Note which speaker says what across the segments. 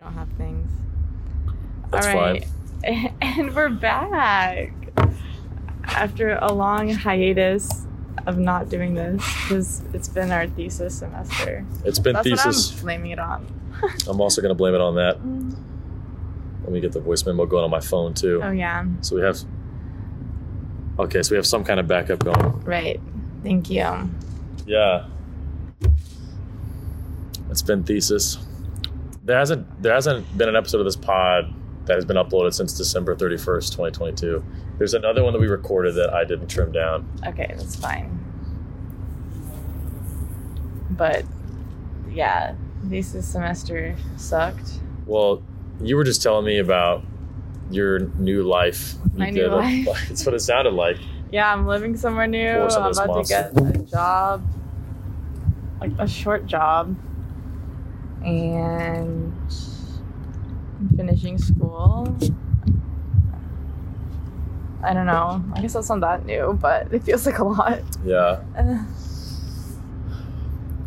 Speaker 1: have things.
Speaker 2: That's
Speaker 1: All right. And we're back after a long hiatus of not doing this because it's been our thesis semester.
Speaker 2: fine. It's been
Speaker 1: That's what
Speaker 2: thesis.
Speaker 1: I'm blaming it on.
Speaker 2: I'm, also going to blame it on that. Let me get the voice memo going on my phone too.
Speaker 1: Oh, yeah.
Speaker 2: So we have. Okay, so we have some kind of backup going.
Speaker 1: Right. Thank you.
Speaker 2: Yeah. It's been thesis. There hasn't there hasn't been an episode of this pod that has been uploaded since December 31st, 2022. There's another one that we recorded that I didn't trim down.
Speaker 1: Okay, that's fine. But yeah, thesis semester sucked.
Speaker 2: Well, you were just telling me about your new life. You
Speaker 1: My new
Speaker 2: did a-
Speaker 1: life.
Speaker 2: That's what it sounded like.
Speaker 1: Yeah, I'm living somewhere new.
Speaker 2: Force of
Speaker 1: I'm
Speaker 2: those
Speaker 1: about
Speaker 2: monsters.
Speaker 1: to get a job, like a short job, and I'm finishing school. I don't know. I guess that's not that new, but it feels like a lot.
Speaker 2: Yeah.
Speaker 1: Uh,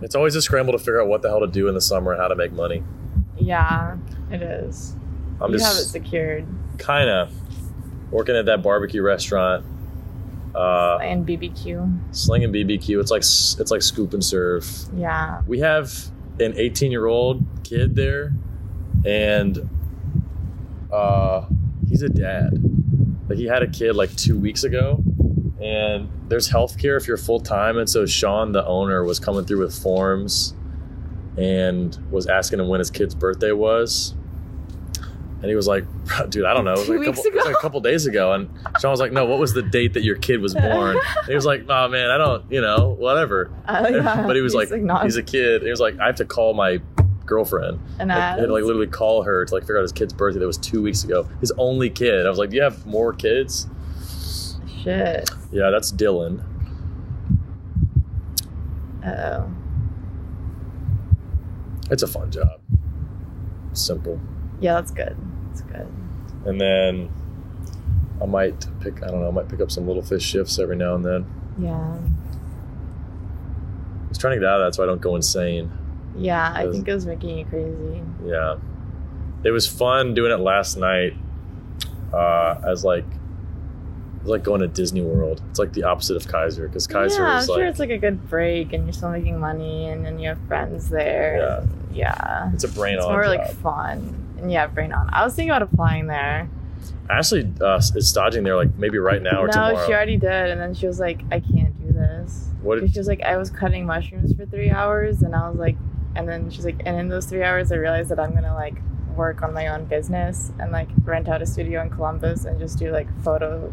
Speaker 2: It's always a scramble to figure out what the hell to do in the summer and how to make money.
Speaker 1: yeah, it is.
Speaker 2: I'm
Speaker 1: you have it
Speaker 2: just
Speaker 1: secured.
Speaker 2: kind of working at that barbecue restaurant, uh,
Speaker 1: and BBQ.
Speaker 2: slinging BBQ. It's like s- it's like scoop and serve.
Speaker 1: Yeah.
Speaker 2: We have an 18 year old kid there, and uh, he's a dad. Like he had a kid like two weeks ago, and there's health care if you're full time. And so Sean, the owner, was coming through with forms and was asking him when his kid's birthday was. And he was like, dude, I don't know. It was,
Speaker 1: Two
Speaker 2: like a,
Speaker 1: weeks
Speaker 2: couple, it was
Speaker 1: ago?
Speaker 2: like a couple days ago. And Sean was like, no, what was the date that your kid was born? And he was like, oh, man, I don't, you know, whatever.
Speaker 1: Uh, yeah.
Speaker 2: But he was
Speaker 1: He's
Speaker 2: like,
Speaker 1: not
Speaker 2: he's a kid. He was like, I have to call my girlfriend.
Speaker 1: an
Speaker 2: Like, I
Speaker 1: ass.
Speaker 2: had to like literally call her to like figure out his kid's birthday that was two weeks ago. His only kid. I was like, Do you have more kids?
Speaker 1: Shit.
Speaker 2: Yeah, that's Dylan.
Speaker 1: Uh oh.
Speaker 2: It's a fun job. Simple.
Speaker 1: Yeah, that's good. That's good.
Speaker 2: And then I might pick I don't know, I might pick up some little fish shifts every now and then.
Speaker 1: Yeah.
Speaker 2: I was trying to get out of that so I don't go insane.
Speaker 1: Yeah, I
Speaker 2: Does-
Speaker 1: think it was making you crazy.
Speaker 2: Yeah. It was fun doing it last night. Uh as like it was like going to Disney World. It's like the opposite of Kaiser because Kaiser
Speaker 1: yeah,
Speaker 2: is
Speaker 1: I'm sure
Speaker 2: like
Speaker 1: it's like a good break, and you're still making money, and then you have friends there.
Speaker 2: yeah,
Speaker 1: Yeah, yeah.
Speaker 2: it's a brain
Speaker 1: it's
Speaker 2: on
Speaker 1: more
Speaker 2: job.
Speaker 1: like fun. And yeah, brain on. I was thinking about applying there.
Speaker 2: Ashley uh, is dodging there like maybe right now or
Speaker 1: no,
Speaker 2: tomorrow.
Speaker 1: she already did, and then she was like, "I can't do this."
Speaker 2: What did-
Speaker 1: 'Cause she was like, "I was cutting mushrooms for three hours," and I was like, and then she's like, and in those three hours, I realized that I'm gonna like work on my own business and like rent out a studio in Columbus and just do like photo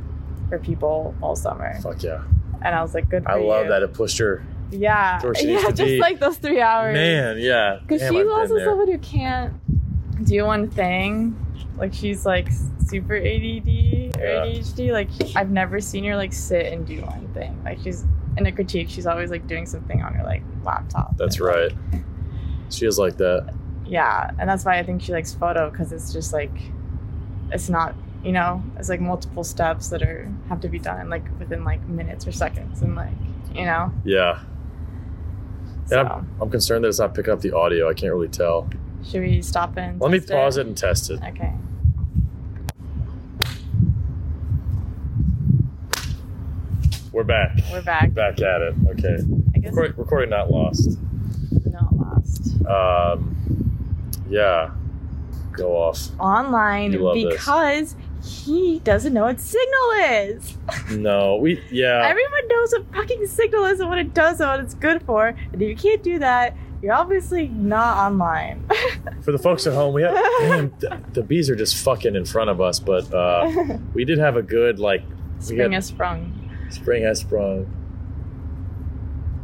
Speaker 1: for people all summer.
Speaker 2: Fuck yeah.
Speaker 1: And I was like, "Good." For
Speaker 2: I love
Speaker 1: you.
Speaker 2: that it pushed her.
Speaker 1: Yeah,
Speaker 2: Where she
Speaker 1: yeah,
Speaker 2: needs to
Speaker 1: just
Speaker 2: be.
Speaker 1: like those three hours.
Speaker 2: Man, yeah.
Speaker 1: because
Speaker 2: Damn,
Speaker 1: she's
Speaker 2: I've been
Speaker 1: also
Speaker 2: there.
Speaker 1: someone who can't do one thing. Like she's like super ADD or
Speaker 2: Yeah.
Speaker 1: ADHD. Like I've never seen her like sit and do one thing. Like she's in a critique, she's always like doing something on her like laptop.
Speaker 2: That's
Speaker 1: And, like,
Speaker 2: right. She is like that.
Speaker 1: yeah, and that's why I think she likes photo because it's just like it's not you know it's like multiple steps that are have to be done like within like minutes or seconds and like you know.
Speaker 2: Yeah.
Speaker 1: So
Speaker 2: And I'm concerned that it's not picking up the audio. I can't really tell.
Speaker 1: should we stop and
Speaker 2: Let me
Speaker 1: test
Speaker 2: pause it and test it.
Speaker 1: Okay.
Speaker 2: We're back.
Speaker 1: We're back.
Speaker 2: Back at it. Okay.
Speaker 1: I guess
Speaker 2: Record, recording not lost.
Speaker 1: not lost.
Speaker 2: Um, yeah. Go off.
Speaker 1: Online
Speaker 2: You love this.
Speaker 1: because he doesn't know what signal is.
Speaker 2: No, we, yeah.
Speaker 1: Everyone knows what fucking signal is and what it does and what it's good for. And if you can't do that, you're obviously not online.
Speaker 2: For the folks at home, we have, damn, the, the bees are just fucking in front of us, but uh, we did have a good, like,
Speaker 1: Spring
Speaker 2: got-
Speaker 1: has sprung.
Speaker 2: Spring has sprung.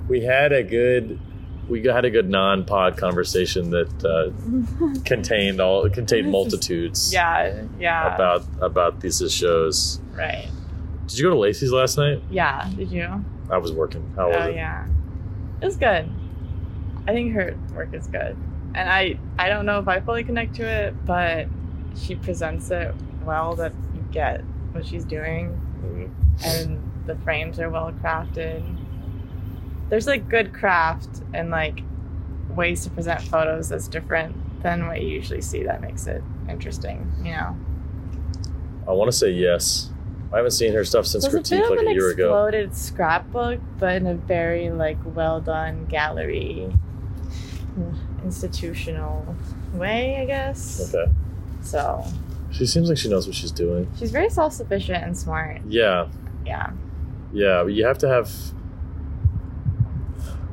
Speaker 2: We had a good, we had a good non-pod conversation that uh, contained all contained multitudes.
Speaker 1: yeah, yeah.
Speaker 2: About about these shows.
Speaker 1: right.
Speaker 2: Did you go to Lacey's last night?
Speaker 1: Yeah, did you?
Speaker 2: I was working. How
Speaker 1: Oh,
Speaker 2: was it?
Speaker 1: yeah. It was good. I think her work is good. And I, I don't know if I fully connect to it, but she presents it well that you get what she's doing.
Speaker 2: Mhm.
Speaker 1: and the frames are well crafted. There's like good craft and like ways to present photos that's different than what you usually see that makes it interesting, you know.
Speaker 2: I want to say yes. I haven't seen her stuff since
Speaker 1: There's a bit
Speaker 2: Critique
Speaker 1: of
Speaker 2: like
Speaker 1: an
Speaker 2: a year ago.
Speaker 1: exploded scrapbook, but in a very like well done gallery mm, institutional way, I guess.
Speaker 2: Okay.
Speaker 1: So
Speaker 2: She seems like she knows what she's doing.
Speaker 1: she's very self sufficient and smart.
Speaker 2: Yeah.
Speaker 1: Yeah.
Speaker 2: Yeah. But you have to have.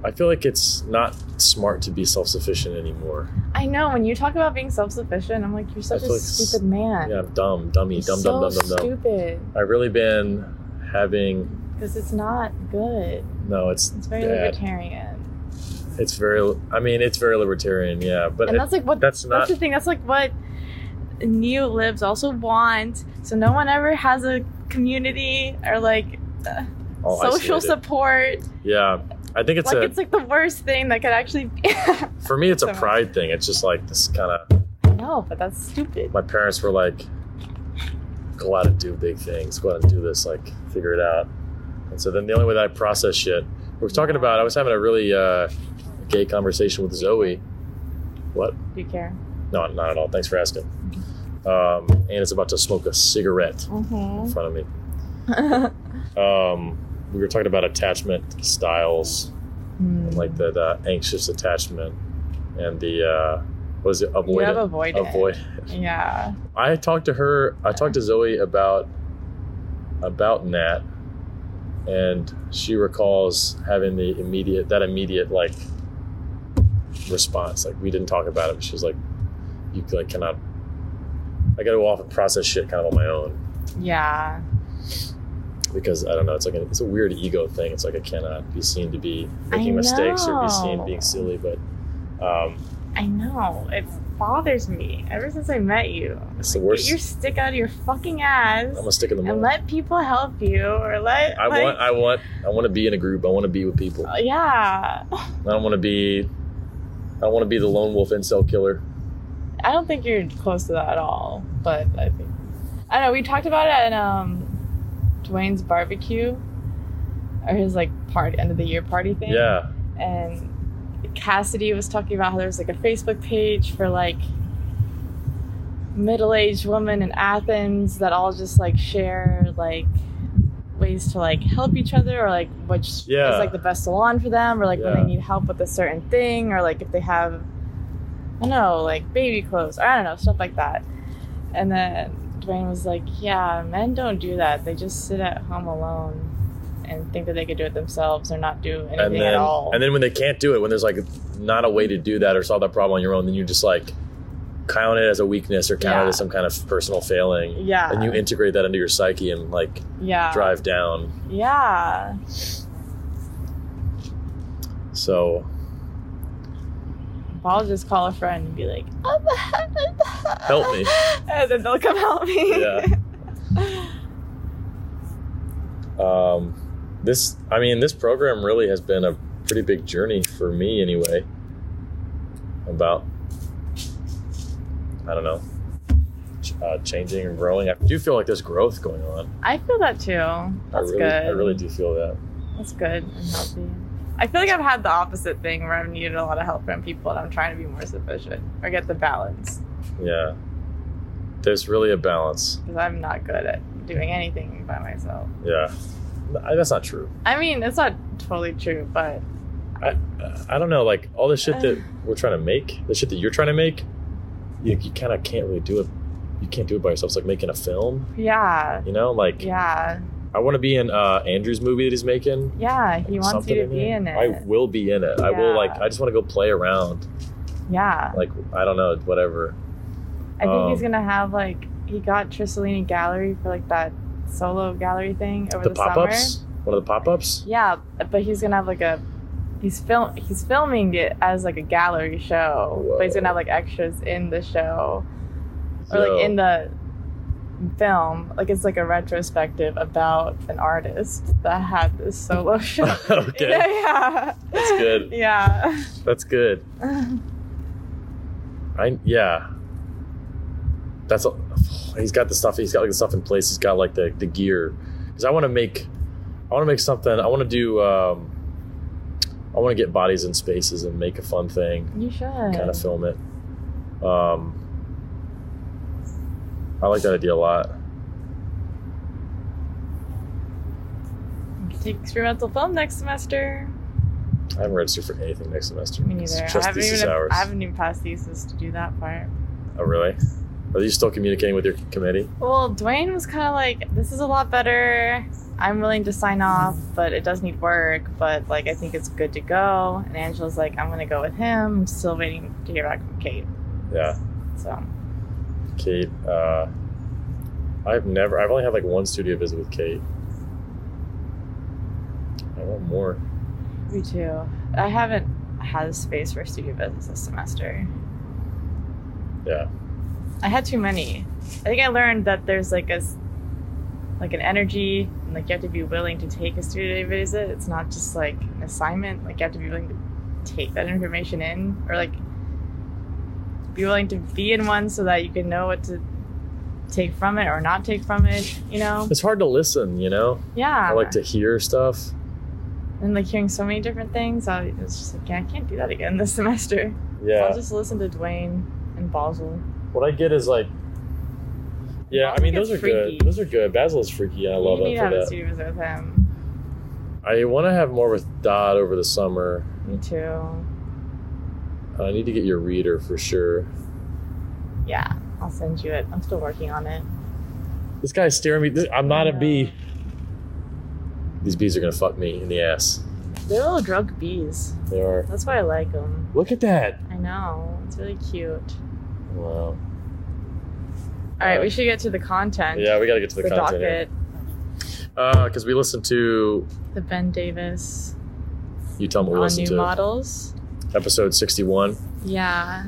Speaker 2: I feel like it's not smart to be self sufficient anymore.
Speaker 1: I know when you talk about being self sufficient, I'm like, you're such
Speaker 2: I
Speaker 1: a
Speaker 2: feel like s-
Speaker 1: stupid man.
Speaker 2: Yeah, I'm dumb, dummy,
Speaker 1: You're
Speaker 2: dumb,
Speaker 1: so
Speaker 2: dumb, dumb, dumb, dumb.
Speaker 1: stupid
Speaker 2: I've really been having.
Speaker 1: because it's not good.
Speaker 2: No, it's
Speaker 1: It's very
Speaker 2: bad.
Speaker 1: libertarian,
Speaker 2: It's very. I mean, it's very libertarian. Yeah, but
Speaker 1: and
Speaker 2: it-
Speaker 1: that's like what
Speaker 2: that's
Speaker 1: That's
Speaker 2: not.
Speaker 1: the thing. That's like what neo libs also want. So no one ever has a community or like
Speaker 2: all
Speaker 1: social
Speaker 2: isolated.
Speaker 1: support.
Speaker 2: Yeah, I think it's
Speaker 1: like
Speaker 2: a.
Speaker 1: it's like the worst thing that could actually. be.
Speaker 2: for me, it's a
Speaker 1: so much.
Speaker 2: pride thing. It's just like this kind of.
Speaker 1: no, but that's stupid.
Speaker 2: My parents were like, "Go out and do big things. Go out and do this. Like, figure it out." And so then the only way that I process shit, we were talking about. I was having a really uh, gay conversation with Zoe. What?
Speaker 1: Do you care?
Speaker 2: No, not at all. Thanks for asking. Um, and it's about to smoke a cigarette in front of me.
Speaker 1: Mm-hmm.
Speaker 2: um, we were talking about attachment styles, and like the, the anxious attachment and the uh, what is it?
Speaker 1: Mm-hmm. you have
Speaker 2: Avoidant.
Speaker 1: avoided.
Speaker 2: Avoid.
Speaker 1: Yeah.
Speaker 2: I talked to her. I talked to Zoe about about Nat, and she recalls having the immediate that immediate like response. Like we didn't talk about it. But she was like, "You like cannot." I got to go off and process shit kind of on my own
Speaker 1: Yeah.
Speaker 2: because I don't know. It's like a, it's a weird ego thing. It's like I cannot be seen to be making
Speaker 1: I
Speaker 2: mistakes or be seen
Speaker 1: know.
Speaker 2: being silly. But um,
Speaker 1: I know. It bothers me ever since I met you.
Speaker 2: it's the
Speaker 1: Get your
Speaker 2: worst.
Speaker 1: stick out of your fucking ass
Speaker 2: I'm gonna stick in the
Speaker 1: and
Speaker 2: middle. I
Speaker 1: let people help you or let. like-
Speaker 2: want. I want. I want to be in a group. I want to be with people. I
Speaker 1: Yeah.
Speaker 2: don't want to be. I don't want to be the lone wolf incel killer.
Speaker 1: I don't think you're close to that at all, but I think I don't know. We talked about it at um, Dwayne's barbecue or his like party end of the year party thing.
Speaker 2: Yeah.
Speaker 1: And Cassidy was talking about how there's like a Facebook page for like middle-aged women in Athens that all just like share like ways to like help each other or like which
Speaker 2: Yeah.
Speaker 1: is like the best salon for them or like when
Speaker 2: Yeah.
Speaker 1: they need help with a certain thing or like if they have I don't know, like baby clothes or I don't know, stuff like that. And then Dwayne was like, Yeah, men don't do that. They just sit at home alone and think that they could do it themselves or not do anything
Speaker 2: And
Speaker 1: at
Speaker 2: then
Speaker 1: all.
Speaker 2: and then when they can't do it, when there's like not a way to do that or solve that problem on your own, then you just like count it as a weakness or count it
Speaker 1: Yeah.
Speaker 2: as some kind of personal failing.
Speaker 1: yeah.
Speaker 2: And you integrate that into your psyche and like
Speaker 1: yeah.
Speaker 2: drive down
Speaker 1: Yeah.
Speaker 2: So
Speaker 1: I'll just call a friend and be like,
Speaker 2: help me.
Speaker 1: and then they'll come help me.
Speaker 2: Yeah. Um, this, I mean, this program really has been a pretty big journey for me, anyway. About, I don't know, ch- uh, changing and growing. I do feel like there's growth going on.
Speaker 1: I feel that too.
Speaker 2: I
Speaker 1: That's
Speaker 2: really,
Speaker 1: good.
Speaker 2: I really do feel that.
Speaker 1: That's good and healthy. I feel like I've had the opposite thing where I've needed a lot of help from people and I'm trying to be more sufficient or get the balance
Speaker 2: Yeah, there's really a balance.
Speaker 1: because I'm not good at doing anything by myself.
Speaker 2: Yeah, I, that's not true.
Speaker 1: I mean, it's not totally true, but
Speaker 2: I, I don't know. Like all the shit that we're trying to make, the shit that you're trying to make, you, you kind of can't really do it. You can't do it by yourself. It's like making a film.
Speaker 1: yeah.
Speaker 2: You know, like
Speaker 1: Yeah.
Speaker 2: I want to be in uh, Andrew's movie that he's making.
Speaker 1: Yeah. He wants you to be in it.
Speaker 2: I will be in it. I will
Speaker 1: Yeah.
Speaker 2: like. I just want to go play around.
Speaker 1: yeah.
Speaker 2: Like I don't know, whatever.
Speaker 1: I think he's
Speaker 2: Um,
Speaker 1: gonna have like he got Tristolini Gallery for like that solo gallery thing over
Speaker 2: The
Speaker 1: the,
Speaker 2: pop
Speaker 1: summer.
Speaker 2: ups. One of the pop ups.
Speaker 1: Yeah, but he's gonna have like a he's film he's filming it as like a gallery show, but he's gonna have like extras in the show or like in the film. Like it's like a retrospective about an artist that had this solo show.
Speaker 2: okay,
Speaker 1: yeah,
Speaker 2: That's good.
Speaker 1: Yeah.
Speaker 2: that's good. I yeah. That's a, he's got the stuff. He's got like the stuff in place. He's got like the the gear. Because I want to make, I want to make something. I want to do. Um, I want to get bodies in spaces and make a fun thing.
Speaker 1: you should.
Speaker 2: Kind of film it. Um, I like that idea a lot.
Speaker 1: We could take experimental film next semester.
Speaker 2: I haven't registered for anything next semester.
Speaker 1: Me neither.
Speaker 2: It's
Speaker 1: I
Speaker 2: just
Speaker 1: haven't
Speaker 2: thesis
Speaker 1: even
Speaker 2: hours.
Speaker 1: I haven't even passed thesis to do that part.
Speaker 2: Oh, really? Are you still communicating with your committee?
Speaker 1: Well, Dwayne was kind of like, "This is a lot better. I'm willing to sign off, but it does need work. But like, I think it's good to go." And Angela's like, "I'm gonna go with him. I'm still waiting to hear back from Kate."
Speaker 2: Yeah,
Speaker 1: So
Speaker 2: Kate. Uh, I've never. I've only had like one studio visit with Kate. I want more.
Speaker 1: me too. I haven't had a space for studio visits this semester.
Speaker 2: Yeah.
Speaker 1: I had too many. I think I learned that there's like a s- like an energy and like you have to be willing to take a studio visit. It's not just like an assignment. Like you have to be willing to take that information in or like be willing to be in one so that you can know what to take from it or not take from it, you know?
Speaker 2: It's hard to listen, you know.
Speaker 1: Yeah.
Speaker 2: I like to hear stuff.
Speaker 1: and like hearing so many different things, I was just like, yeah, I can't do that again this semester. So I'll
Speaker 2: Yeah.
Speaker 1: just listen to Dwayne and Basil.
Speaker 2: What I get is like. Yeah, I mean
Speaker 1: Basil's
Speaker 2: those are
Speaker 1: freaky.
Speaker 2: good. Those are good. Basil is freaky. and I love
Speaker 1: you
Speaker 2: it
Speaker 1: need to
Speaker 2: for
Speaker 1: have a
Speaker 2: that.
Speaker 1: studio visit with him.
Speaker 2: I want to have more with Dodd over the summer. Uh,
Speaker 1: Me too.
Speaker 2: I need to get your reader for sure.
Speaker 1: Yeah, I'll send you it. I'm still working on it.
Speaker 2: This guy's staring me. This, I'm not a
Speaker 1: No.
Speaker 2: bee. These bees are gonna fuck me in the ass.
Speaker 1: They're little drug bees.
Speaker 2: They are.
Speaker 1: That's why I like them.
Speaker 2: Look at that.
Speaker 1: I know. It's really cute.
Speaker 2: Wow.
Speaker 1: All right,
Speaker 2: Uh,
Speaker 1: we should get to the content.
Speaker 2: Yeah, we gotta get to
Speaker 1: the,
Speaker 2: the, content. here.
Speaker 1: docket,
Speaker 2: Uh, because we listened to
Speaker 1: the Ben Davis
Speaker 2: you tell me we
Speaker 1: on
Speaker 2: listened
Speaker 1: new
Speaker 2: to
Speaker 1: models.
Speaker 2: episode sixty one.
Speaker 1: Yeah,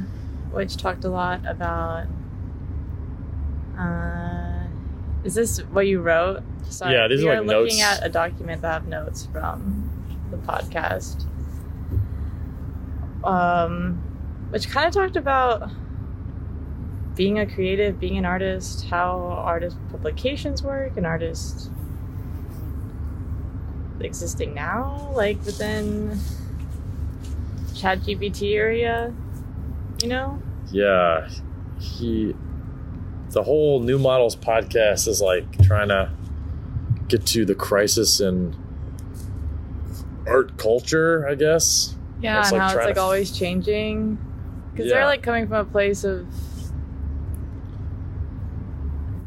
Speaker 1: which talked a lot about. Uh, is this what you wrote? Sorry,
Speaker 2: Yeah, these
Speaker 1: we
Speaker 2: are,
Speaker 1: are
Speaker 2: like,
Speaker 1: looking
Speaker 2: notes.
Speaker 1: at a document that have notes from the podcast, um, which kind of talked about being a creative, being an artist, how artist publications work, and artists existing now, like within ChatGPT area, you know?
Speaker 2: Yeah, he. The whole new models podcast is like trying to get to the crisis in art culture, I guess.
Speaker 1: Yeah,
Speaker 2: It's
Speaker 1: and
Speaker 2: like
Speaker 1: how it's
Speaker 2: trying
Speaker 1: like
Speaker 2: to-
Speaker 1: always changing. Because
Speaker 2: Yeah.
Speaker 1: they're like coming from a place of.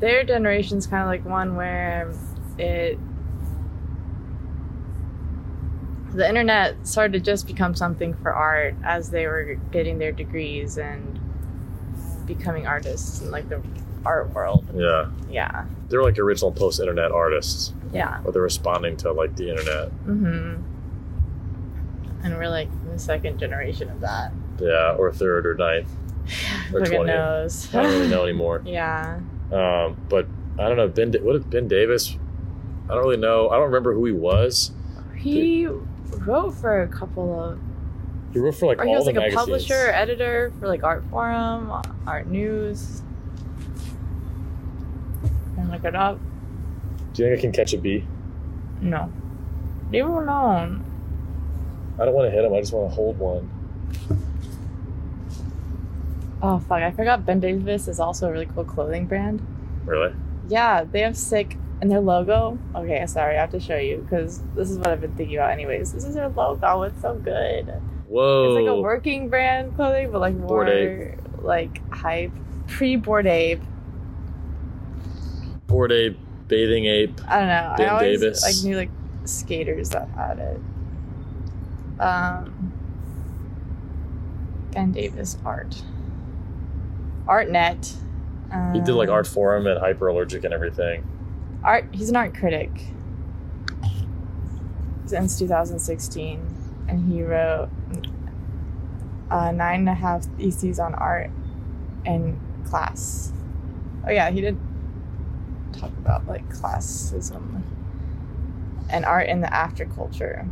Speaker 1: Their generation's kind of like one where it. The internet started to just become something for art as they were getting their degrees and becoming artists in like the art world.
Speaker 2: Yeah,
Speaker 1: Yeah.
Speaker 2: they're like original post-internet artists,
Speaker 1: Yeah.
Speaker 2: but they're responding to like the internet.
Speaker 1: Mm-hmm. And we're like in the second generation of that.
Speaker 2: Yeah, or third or ninth. Or
Speaker 1: Who
Speaker 2: 20th.
Speaker 1: knows?
Speaker 2: I don't really know anymore.
Speaker 1: yeah.
Speaker 2: Um, but I don't know. Ben, Da- what if Ben Davis? I don't really know. I don't remember who he was.
Speaker 1: He wrote for a couple of,
Speaker 2: He wrote for like
Speaker 1: or he
Speaker 2: all
Speaker 1: was
Speaker 2: the
Speaker 1: like a
Speaker 2: magazines.
Speaker 1: publisher, editor for like Art Forum, Art News. And look it up.
Speaker 2: Do you think I can catch a bee?
Speaker 1: No. Leave him alone.
Speaker 2: I don't want to hit him. I just want to hold one.
Speaker 1: Oh fuck! I forgot Ben Davis is also a really cool clothing brand.
Speaker 2: Really?
Speaker 1: Yeah, they have sick and their logo. Okay, sorry, I have to show you because this is what I've been thinking about, anyways. This is their logo. It's so good.
Speaker 2: Whoa!
Speaker 1: It's like a working brand clothing, but like more
Speaker 2: Oh. Bored Ape.
Speaker 1: like hype. Pre board ape.
Speaker 2: Bored ape, bathing ape.
Speaker 1: I don't know.
Speaker 2: Ben
Speaker 1: I always
Speaker 2: Davis.
Speaker 1: like knew like skaters that had it. Um, ben Davis art. ArtNet. Um,
Speaker 2: He did like art forum and hyperallergic and everything.
Speaker 1: Art. He's an art critic. Since 2016, and he wrote uh, nine and a half theses on art in class. Oh yeah, he did talk about like classism and art in the afterculture,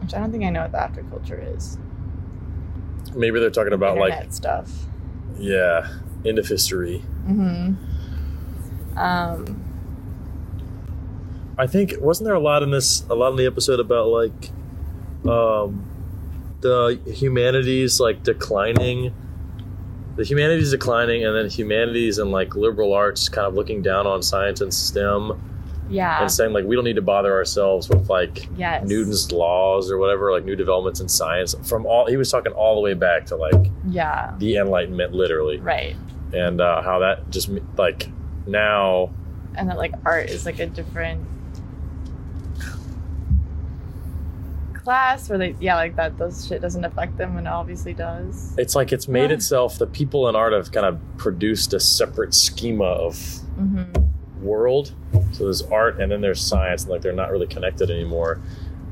Speaker 1: which I don't think I know what the afterculture is.
Speaker 2: Maybe they're talking about
Speaker 1: Internet stuff.
Speaker 2: like yeah, end of history.
Speaker 1: Mm-hmm. Um,
Speaker 2: I think wasn't there a lot in this a lot in the episode about like um the humanities like declining the humanities declining, and then humanities and like liberal arts kind of looking down on science and STEM
Speaker 1: Yeah.
Speaker 2: and saying like we don't need to bother ourselves with like
Speaker 1: Ah. Yes.
Speaker 2: Newton's laws or whatever, like new developments in science. From all he was talking all the way back to like
Speaker 1: Yeah.
Speaker 2: the Enlightenment, literally,
Speaker 1: Right.
Speaker 2: and uh, how that just like now
Speaker 1: And that like art is like a different class where they yeah like that those shit doesn't affect them and it obviously does.
Speaker 2: it's like it's made
Speaker 1: Yeah.
Speaker 2: itself. The people in art have kind of produced a separate schema of
Speaker 1: Mm-hmm.
Speaker 2: world. So there's art and then there's science, and like they're not really connected anymore.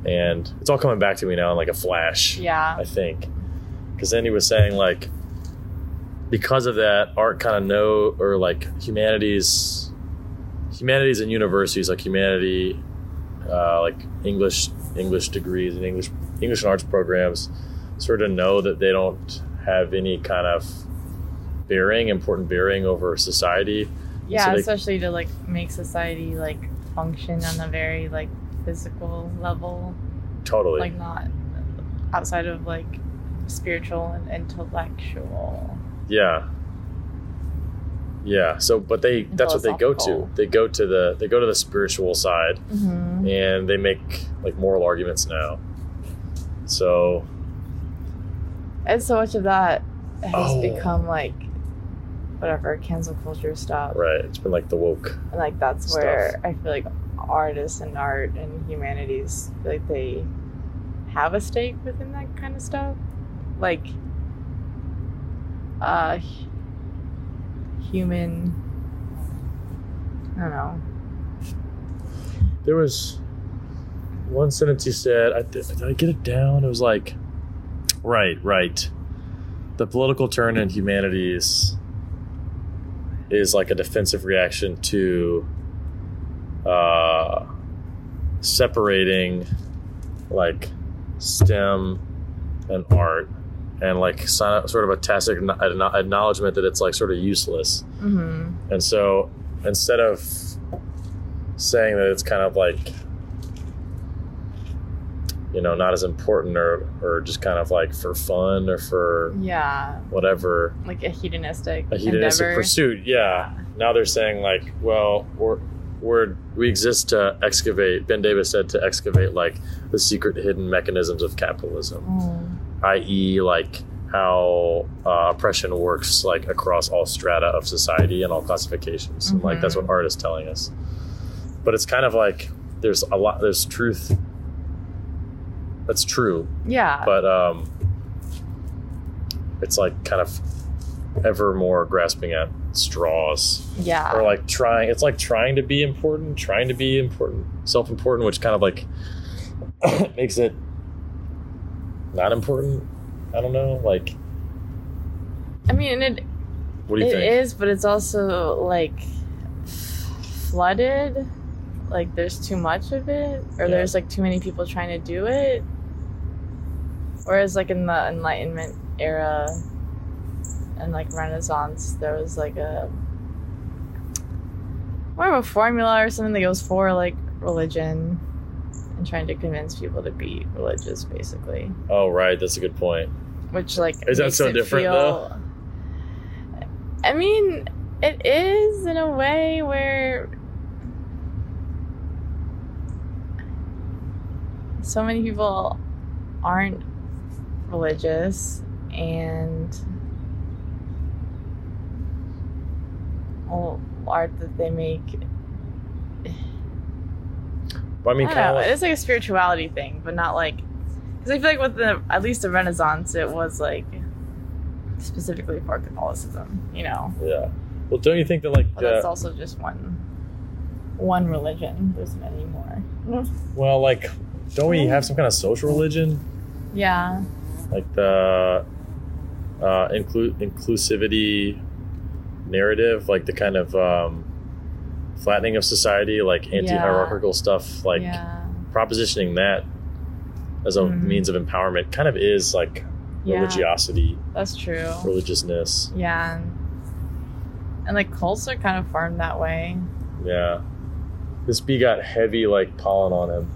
Speaker 2: And it's all coming back to me now in like a flash,
Speaker 1: Yeah.
Speaker 2: I think. Because then he was saying like, because of that, art kind of know or like humanities, humanities and universities like humanity, uh, like English English degrees and English English and arts programs, sort of know that they don't have any kind of bearing, important bearing over society.
Speaker 1: Yeah,
Speaker 2: So they-
Speaker 1: especially to like make society like function on a very like physical level,
Speaker 2: Totally.
Speaker 1: like not outside of like spiritual and intellectual.
Speaker 2: Yeah. Yeah. So, but they that's what they go to.
Speaker 1: Philosophical.
Speaker 2: They go to the they go to the spiritual side
Speaker 1: Mm-hmm.
Speaker 2: and they make like moral arguments now. So,
Speaker 1: And so much of that has
Speaker 2: Oh.
Speaker 1: become like whatever cancel culture stuff.
Speaker 2: right, it's been like the woke.
Speaker 1: And like that's
Speaker 2: Stuff.
Speaker 1: where I feel like artists and art and humanities like they have a stake within that kind of stuff. Like uh hu- human I don't know.
Speaker 2: There was one sentence you said. I th- did I get it down? It was like, right, right. The political turn in humanities is like a defensive reaction to uh, separating like STEM and art, and like so- sort of a tacit acknow- acknow- acknowledgement that it's like sort of useless.
Speaker 1: Mhm.
Speaker 2: And so instead of saying that it's kind of like, you know, not as important or, or just kind of like for fun or for
Speaker 1: Yeah.
Speaker 2: whatever,
Speaker 1: Like a hedonistic
Speaker 2: a hedonistic
Speaker 1: endeavor.
Speaker 2: pursuit, yeah. Now they're saying like, well, we're, we're, we exist to excavate, Ben Davis said to excavate like the secret hidden mechanisms of capitalism
Speaker 1: Mm.
Speaker 2: i.e., E, like how uh, oppression works, like across all strata of society and all classifications. And, like that's what art is telling us. But it's kind of like there's a lot, there's truth. That's true,
Speaker 1: Yeah.
Speaker 2: but um, it's like kind of ever more grasping at straws
Speaker 1: yeah.
Speaker 2: or like trying it's like trying to be important trying to be important self-important which kind of like makes it not important i don't know like
Speaker 1: I mean and it
Speaker 2: what do
Speaker 1: It
Speaker 2: you
Speaker 1: is,
Speaker 2: think
Speaker 1: but it's also like flooded. Like there's too much of it, or
Speaker 2: Yeah.
Speaker 1: there's like too many people trying to do it. Whereas like in the Enlightenment era and like Renaissance, there was like a more of a formula or something that goes for like religion and trying to convince people to be religious, basically
Speaker 2: oh right that's a good point
Speaker 1: which like
Speaker 2: Is that
Speaker 1: makes
Speaker 2: so
Speaker 1: it
Speaker 2: different, though?
Speaker 1: I mean, it is in a way where so many people aren't religious and all art that they make.
Speaker 2: but i
Speaker 1: I
Speaker 2: mean
Speaker 1: don't
Speaker 2: kind of
Speaker 1: know.
Speaker 2: like,
Speaker 1: It's like a spirituality thing, but not like because I feel like with the at least the Renaissance, it was like specifically for Catholicism. You know,
Speaker 2: yeah well don't you think that like
Speaker 1: but Oh, that's
Speaker 2: the,
Speaker 1: also just one one religion. There's many more.
Speaker 2: well like don't we have some kind of social religion
Speaker 1: Yeah.
Speaker 2: like the uh, inclu- inclusivity narrative, like the kind of um, flattening of society, like anti-hierarchical stuff, like
Speaker 1: yeah.
Speaker 2: propositioning that as a
Speaker 1: Mhm.
Speaker 2: means of empowerment, kind of is like
Speaker 1: Yeah,
Speaker 2: religiosity,
Speaker 1: that's true.
Speaker 2: religiousness.
Speaker 1: Yeah. And like cults are kind of formed that way.
Speaker 2: Yeah, this bee got heavy like pollen on him.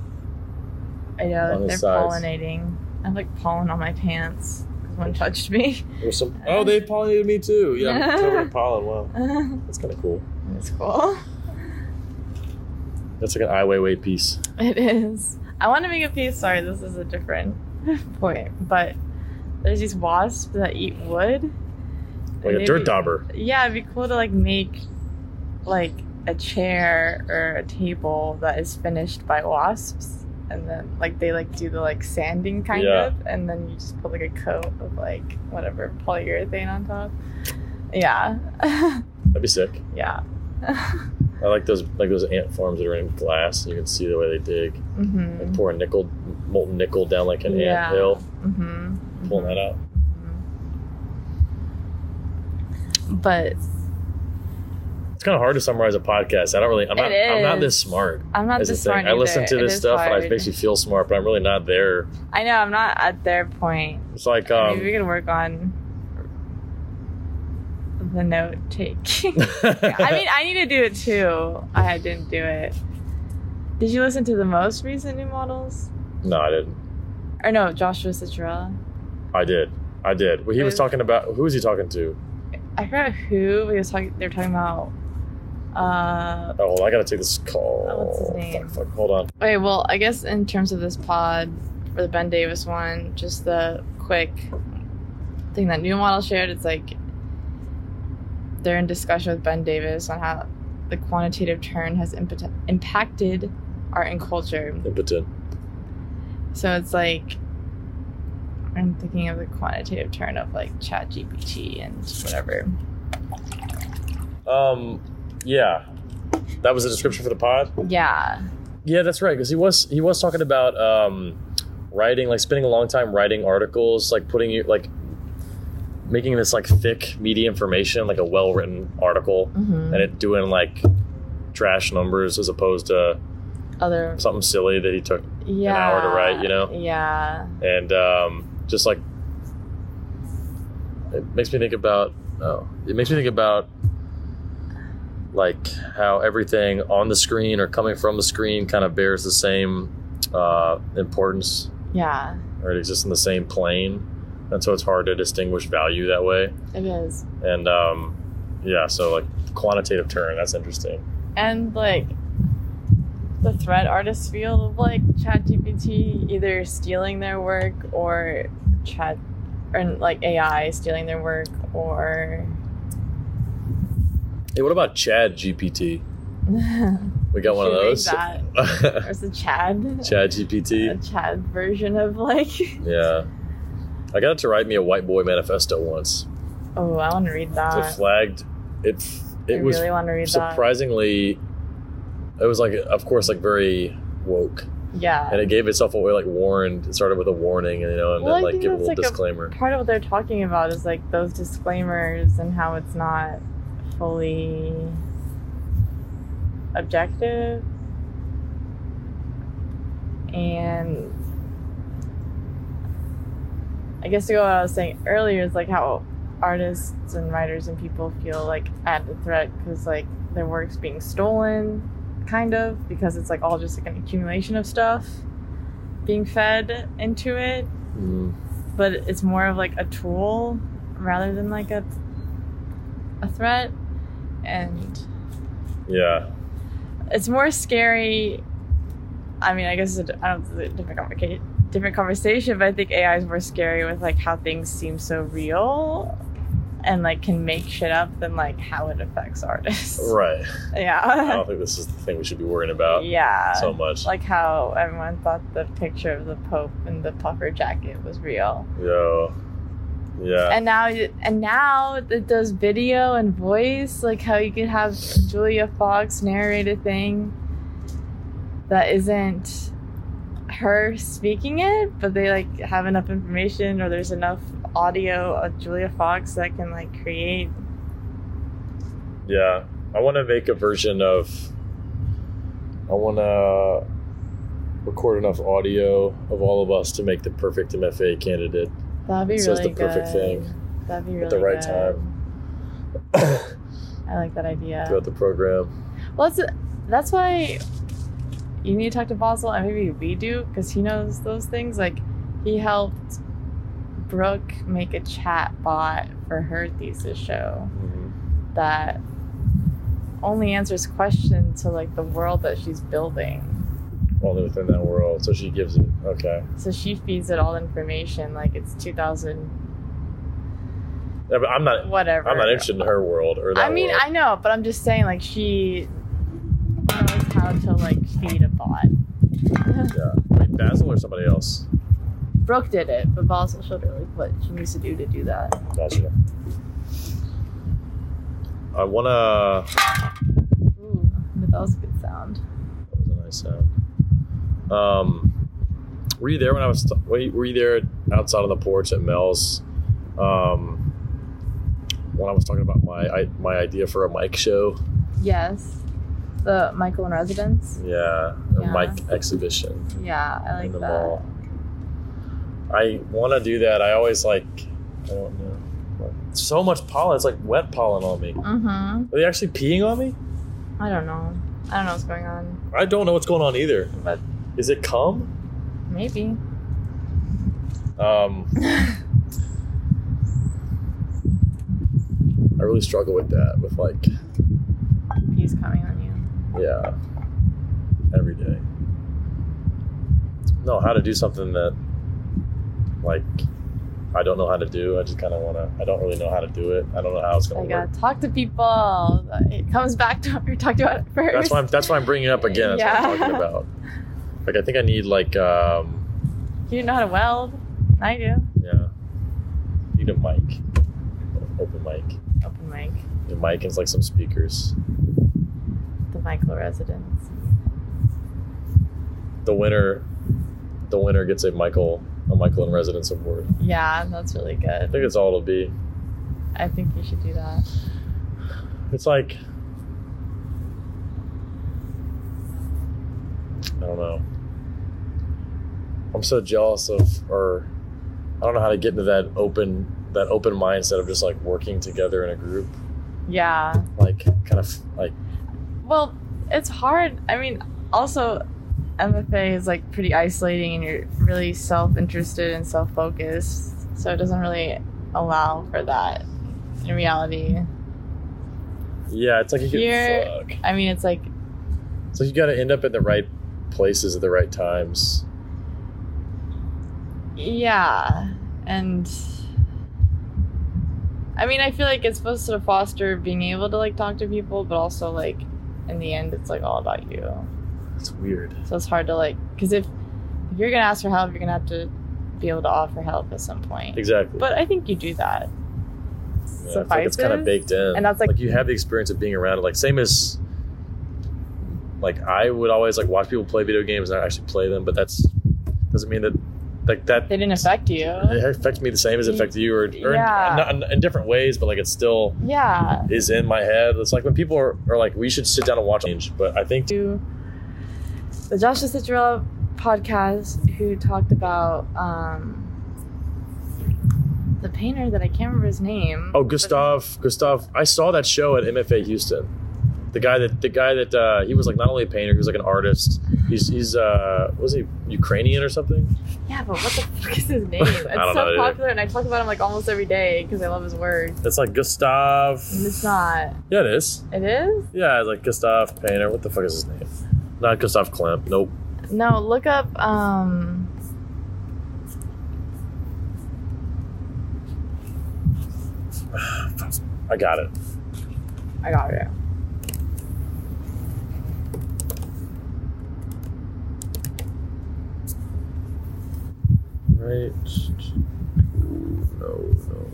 Speaker 1: I know
Speaker 2: On
Speaker 1: they're
Speaker 2: his sides.
Speaker 1: pollinating. I have like pollen on my pants because someone touched me.
Speaker 2: There's some. Oh, they pollinated me too. Yeah, I'm covered in pollen. Wow,
Speaker 1: That's
Speaker 2: that's kind of cool.
Speaker 1: cool.
Speaker 2: That's like an I Weiwei piece.
Speaker 1: It is. I want to make a piece. Sorry, this is a different point, but there's these wasps that eat wood.
Speaker 2: Like a
Speaker 1: Maybe-
Speaker 2: dirt dauber.
Speaker 1: Yeah, it'd be cool to like make like a chair or a table that is finished by wasps. And then, like they like do the like sanding kind
Speaker 2: Yeah.
Speaker 1: of, and then you just put like a coat of like whatever polyurethane on top. Yeah,
Speaker 2: That'd be sick.
Speaker 1: yeah.
Speaker 2: I like those like those ant farms that are in glass and you can see the way they dig.
Speaker 1: hmm
Speaker 2: Like pour a nickel molten nickel down like an
Speaker 1: Yeah.
Speaker 2: ant hill,
Speaker 1: hmm
Speaker 2: pulling that out.
Speaker 1: But
Speaker 2: It's kinda hard to summarize a podcast. I don't really I'm not
Speaker 1: It
Speaker 2: I'm not
Speaker 1: is.
Speaker 2: this smart.
Speaker 1: I'm not
Speaker 2: is the
Speaker 1: this smart.
Speaker 2: thing. I listen
Speaker 1: either.
Speaker 2: to
Speaker 1: It
Speaker 2: this
Speaker 1: is
Speaker 2: stuff and I
Speaker 1: hard.
Speaker 2: basically feel smart, but I'm really not there.
Speaker 1: I know I'm not at their point.
Speaker 2: It's like
Speaker 1: Maybe we
Speaker 2: um
Speaker 1: can work on the note taking. I mean, I need to do it too. I didn't do it. Did you listen to the most recent new models?
Speaker 2: No, I didn't.
Speaker 1: Or no, Joshua Citrella.
Speaker 2: I did. I did. Well, he was
Speaker 1: Is-
Speaker 2: talking about who was he talking to?
Speaker 1: I forgot who but he was talking. They were talking about. Uh,
Speaker 2: Oh, hold on, I gotta take this call.
Speaker 1: Oh, what's his name?
Speaker 2: Fuck, fuck, hold on.
Speaker 1: okay, well, I guess in terms of this pod for the Ben Davis one, just the quick thing that new model shared. It's like they're in discussion with Ben Davis on how the quantitative turn has impot- impacted art and culture.
Speaker 2: Impotent.
Speaker 1: So it's like I'm thinking of the quantitative turn of like chat GPT and whatever.
Speaker 2: Um yeah. That was the description for the pod?
Speaker 1: Yeah.
Speaker 2: Yeah, that's right. Because he was he was talking about um, writing, like spending a long time writing articles, like putting you like making this like thick media information, like a well written article,
Speaker 1: hmm
Speaker 2: and it doing like trash numbers as opposed to
Speaker 1: Other
Speaker 2: something silly that he took,
Speaker 1: yeah.
Speaker 2: hour to write, you know?
Speaker 1: Yeah.
Speaker 2: and um, just like it makes me think about oh, it makes me think about like how everything on the screen or coming from the screen kind of bears the same uh, importance
Speaker 1: Yeah.
Speaker 2: or it exists in the same plane. And so it's hard to distinguish value that way.
Speaker 1: It is.
Speaker 2: And um, yeah, so like quantitative turn, that's interesting.
Speaker 1: And like the threat artists feel of like chat GPT either stealing their work or chat or like AI stealing their work or
Speaker 2: Hey, what about Chad GPT?
Speaker 1: one
Speaker 2: We got one of those.
Speaker 1: That. There's a Chad.
Speaker 2: Chad
Speaker 1: A
Speaker 2: GPT.
Speaker 1: Chad version of like
Speaker 2: Yeah. I got it to write me a white boy manifesto once.
Speaker 1: Oh, I want to read that.
Speaker 2: So it flagged it f-
Speaker 1: I
Speaker 2: it was
Speaker 1: really want to read
Speaker 2: surprisingly it was like of course like very woke.
Speaker 1: that. Yeah.
Speaker 2: And it gave itself away like warned it started with a warning, you know, and
Speaker 1: Well, I
Speaker 2: then like
Speaker 1: think
Speaker 2: give a
Speaker 1: that's
Speaker 2: little
Speaker 1: like a-
Speaker 2: disclaimer.
Speaker 1: Part of what they're talking about is like those disclaimers and how it's not fully objective. And I guess to go what I was saying earlier is like how artists and writers and people feel like at the threat because like their work's being stolen, kind of because it's like all just like an accumulation of stuff being fed into it
Speaker 2: Mm.
Speaker 1: but it's more of like a tool rather than like a a threat and
Speaker 2: Yeah.
Speaker 1: it's more scary i mean i guess it's a, I don't, it's a different, conversa- different conversation but i think ai is more scary with like how things seem so real and like can make shit up than like how it affects artists
Speaker 2: Right. I
Speaker 1: yeah
Speaker 2: don't think this is the thing we should be worrying about
Speaker 1: yeah
Speaker 2: so much.
Speaker 1: like how everyone thought the picture of the pope in the puffer jacket was real
Speaker 2: Yo. Yeah.
Speaker 1: and now and now it does video and voice like how you could have julia fox narrate a thing that isn't her speaking it but they like have enough information or there's enough audio of julia fox that can like create
Speaker 2: yeah. I want to make a version of. I want to record enough audio of all of us to make the perfect MFA candidate
Speaker 1: that'd be
Speaker 2: It says
Speaker 1: really
Speaker 2: the perfect
Speaker 1: good.
Speaker 2: thing
Speaker 1: that'd be really
Speaker 2: at the right
Speaker 1: good.
Speaker 2: time
Speaker 1: i like that idea
Speaker 2: throughout the program.
Speaker 1: Well, that's, that's why you need to talk to Basil, and maybe we do, because he knows those things. Like, he helped Brooke make a chat bot for her thesis show
Speaker 2: Mhm.
Speaker 1: that only answers questions to like the world that she's building.
Speaker 2: Only within that world. So she gives it. Okay.
Speaker 1: So she feeds it all information. Like it's 2000,
Speaker 2: Yeah, but I'm not.
Speaker 1: whatever.
Speaker 2: I'm not interested in her world or that.
Speaker 1: I mean,
Speaker 2: world.
Speaker 1: I know, but I'm just saying, like she knows how to like feed a bot.
Speaker 2: Yeah. Wait, Basil or somebody else?
Speaker 1: Brooke did it, but Basil showed her like what she needs to do to do that.
Speaker 2: Gotcha. I wanna.
Speaker 1: Ooh, but that was a good sound.
Speaker 2: That was a nice sound. Um, were you there when I was? were you- were you there outside on the porch at Mel's? Um, when I was talking about my I, my idea for a mic show,
Speaker 1: Yes, the Michael in residence.
Speaker 2: yeah, a
Speaker 1: Yeah.
Speaker 2: mic exhibition
Speaker 1: Yeah, I like
Speaker 2: in the
Speaker 1: that.
Speaker 2: mall. I want to do that. I always like. I don't know. So much pollen. It's like wet pollen on me.
Speaker 1: Mm-hmm.
Speaker 2: Are they actually peeing on me?
Speaker 1: I don't know. I don't know what's going on,
Speaker 2: I don't know what's going on either.
Speaker 1: but
Speaker 2: Is it cum?
Speaker 1: maybe.
Speaker 2: Um, I really struggle with that. With like,
Speaker 1: He's coming on you.
Speaker 2: yeah, every day. No, how to do something that, like, I don't know how to do. I just kind of want to. I don't really know how to do it. I don't know how it's
Speaker 1: I
Speaker 2: gonna work.
Speaker 1: gotta talk to people. It comes back to what we talked about first.
Speaker 2: That's why. I'm, that's why I'm bringing it up again. That's what I'm
Speaker 1: Yeah.
Speaker 2: talking about. Like, I think I need like, um,
Speaker 1: You know how to weld. I do.
Speaker 2: yeah, need a mic, open mic.
Speaker 1: Open mic.
Speaker 2: The mic and like some speakers.
Speaker 1: The Michael residence.
Speaker 2: the winner the winner gets a Michael a Michael in residence award.
Speaker 1: Yeah, that's really
Speaker 2: I
Speaker 1: good.
Speaker 2: think that's all it'll be.
Speaker 1: I think you should do that.
Speaker 2: It's like I don't know. I'm so jealous of or I don't know how to get into that open that open mindset of just like working together in a group.
Speaker 1: Yeah.
Speaker 2: Like kind of like
Speaker 1: Well, it's hard. I mean, also, MFA is like pretty isolating and you're really self interested and self focused. So it doesn't really allow for that in reality.
Speaker 2: yeah, it's like you
Speaker 1: Here-
Speaker 2: can fuck.
Speaker 1: I mean, it's like,
Speaker 2: So you gotta end up in the right places at the right times.
Speaker 1: yeah. And I mean, I feel like it's supposed to foster being able to like talk to people, but also like in the end, it's like all about you.
Speaker 2: It's weird.
Speaker 1: So it's hard to like, because if, if you're going to ask for help, you're going to have to be able to offer help at some point.
Speaker 2: Exactly.
Speaker 1: But I think you do that.
Speaker 2: Yeah, it's like it's kind of
Speaker 1: Suffices.
Speaker 2: baked in,
Speaker 1: And that's, like-
Speaker 2: you have the experience of being around it. Like same as like I would always like watch people play video games and not actually play them, but that's doesn't mean that like that
Speaker 1: They didn't affect you.
Speaker 2: it affected me the same as it affected you, or, or
Speaker 1: Yeah.
Speaker 2: in, not, in, in different ways, but like it still
Speaker 1: Yeah.
Speaker 2: is in my head. It's like when people are, are like, we should sit down and watch change, but I think
Speaker 1: To the Joshua Citarella podcast, who talked about um, the painter that I can't remember his name.
Speaker 2: oh
Speaker 1: but-
Speaker 2: Gustav Gustav, I saw that show at MFA Houston. The guy that the guy that uh, he was like not only a painter, he was like an artist. He's he's uh was he Ukrainian or something?
Speaker 1: Yeah, but what the fuck is his name? It's so
Speaker 2: don't know, dude.
Speaker 1: popular, and I talk about him like almost every day because I love his words.
Speaker 2: It's like Gustav.
Speaker 1: And it's not.
Speaker 2: Yeah, it is.
Speaker 1: It is?
Speaker 2: Yeah, it's like Gustav Painter. What the fuck is his name? Not Gustav Klimt. Nope.
Speaker 1: No, look up. um
Speaker 2: I got it.
Speaker 1: I got it.
Speaker 2: Right. No, no.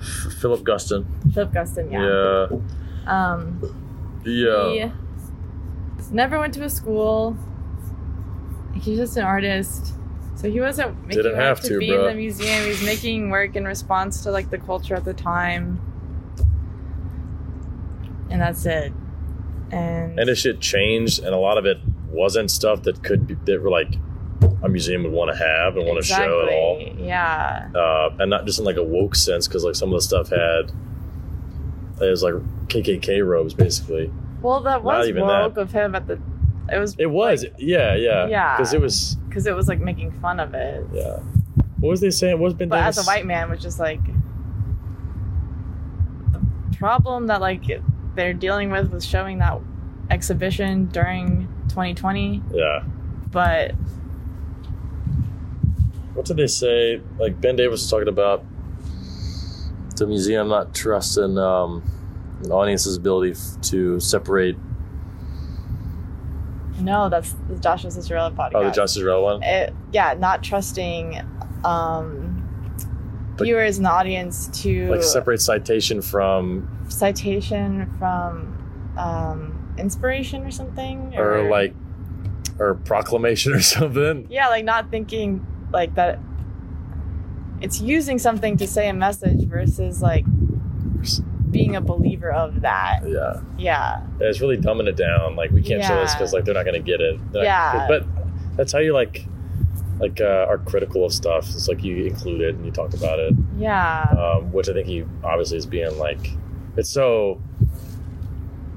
Speaker 2: F- Philip Guston.
Speaker 1: Philip Guston, yeah.
Speaker 2: Yeah.
Speaker 1: Um,
Speaker 2: Yeah.
Speaker 1: He never went to a school. He's just an artist. So he wasn't making
Speaker 2: Didn't
Speaker 1: work
Speaker 2: have to,
Speaker 1: be
Speaker 2: bruh.
Speaker 1: in the museum. He's making work in response to like the culture at the time. And that's it. And,
Speaker 2: And this shit changed, and a lot of it wasn't stuff that could be that were like a museum would want to have and want to show at all.
Speaker 1: Exactly, Yeah.
Speaker 2: uh, and not just in like a woke sense because like some of the stuff had it was like KKK robes basically.
Speaker 1: Well, that was
Speaker 2: even
Speaker 1: woke of him at the. It was
Speaker 2: It was yeah yeah
Speaker 1: Yeah.
Speaker 2: because it was
Speaker 1: because it was like making fun of it.
Speaker 2: yeah What was they saying? What's been
Speaker 1: But
Speaker 2: done
Speaker 1: as a
Speaker 2: is-
Speaker 1: white man, was just like the problem that like they're dealing with was showing that exhibition during 2020,
Speaker 2: Yeah.
Speaker 1: but
Speaker 2: What did they say? Like Ben Davis was talking about the museum not trusting um, an audience's ability f- to separate.
Speaker 1: no, that's the Joshua Cicerella podcast.
Speaker 2: Oh, the John Cinderella one.
Speaker 1: it, yeah, not trusting um,
Speaker 2: But-
Speaker 1: viewers and the audience to
Speaker 2: Like separate citation from
Speaker 1: citation from um, inspiration or something,
Speaker 2: or like or proclamation or something.
Speaker 1: yeah, like not thinking like that. It's using something to say a message versus like being a believer of that.
Speaker 2: Yeah.
Speaker 1: Yeah,
Speaker 2: Yeah, it's really dumbing it down. Like we can't show this
Speaker 1: Yeah.
Speaker 2: because like they're not gonna get it. They're not-
Speaker 1: Yeah.
Speaker 2: but that's how you like like uh, are critical of stuff. It's like you include it and you talk about it,
Speaker 1: yeah,
Speaker 2: um, which I think he obviously is being like. It's so.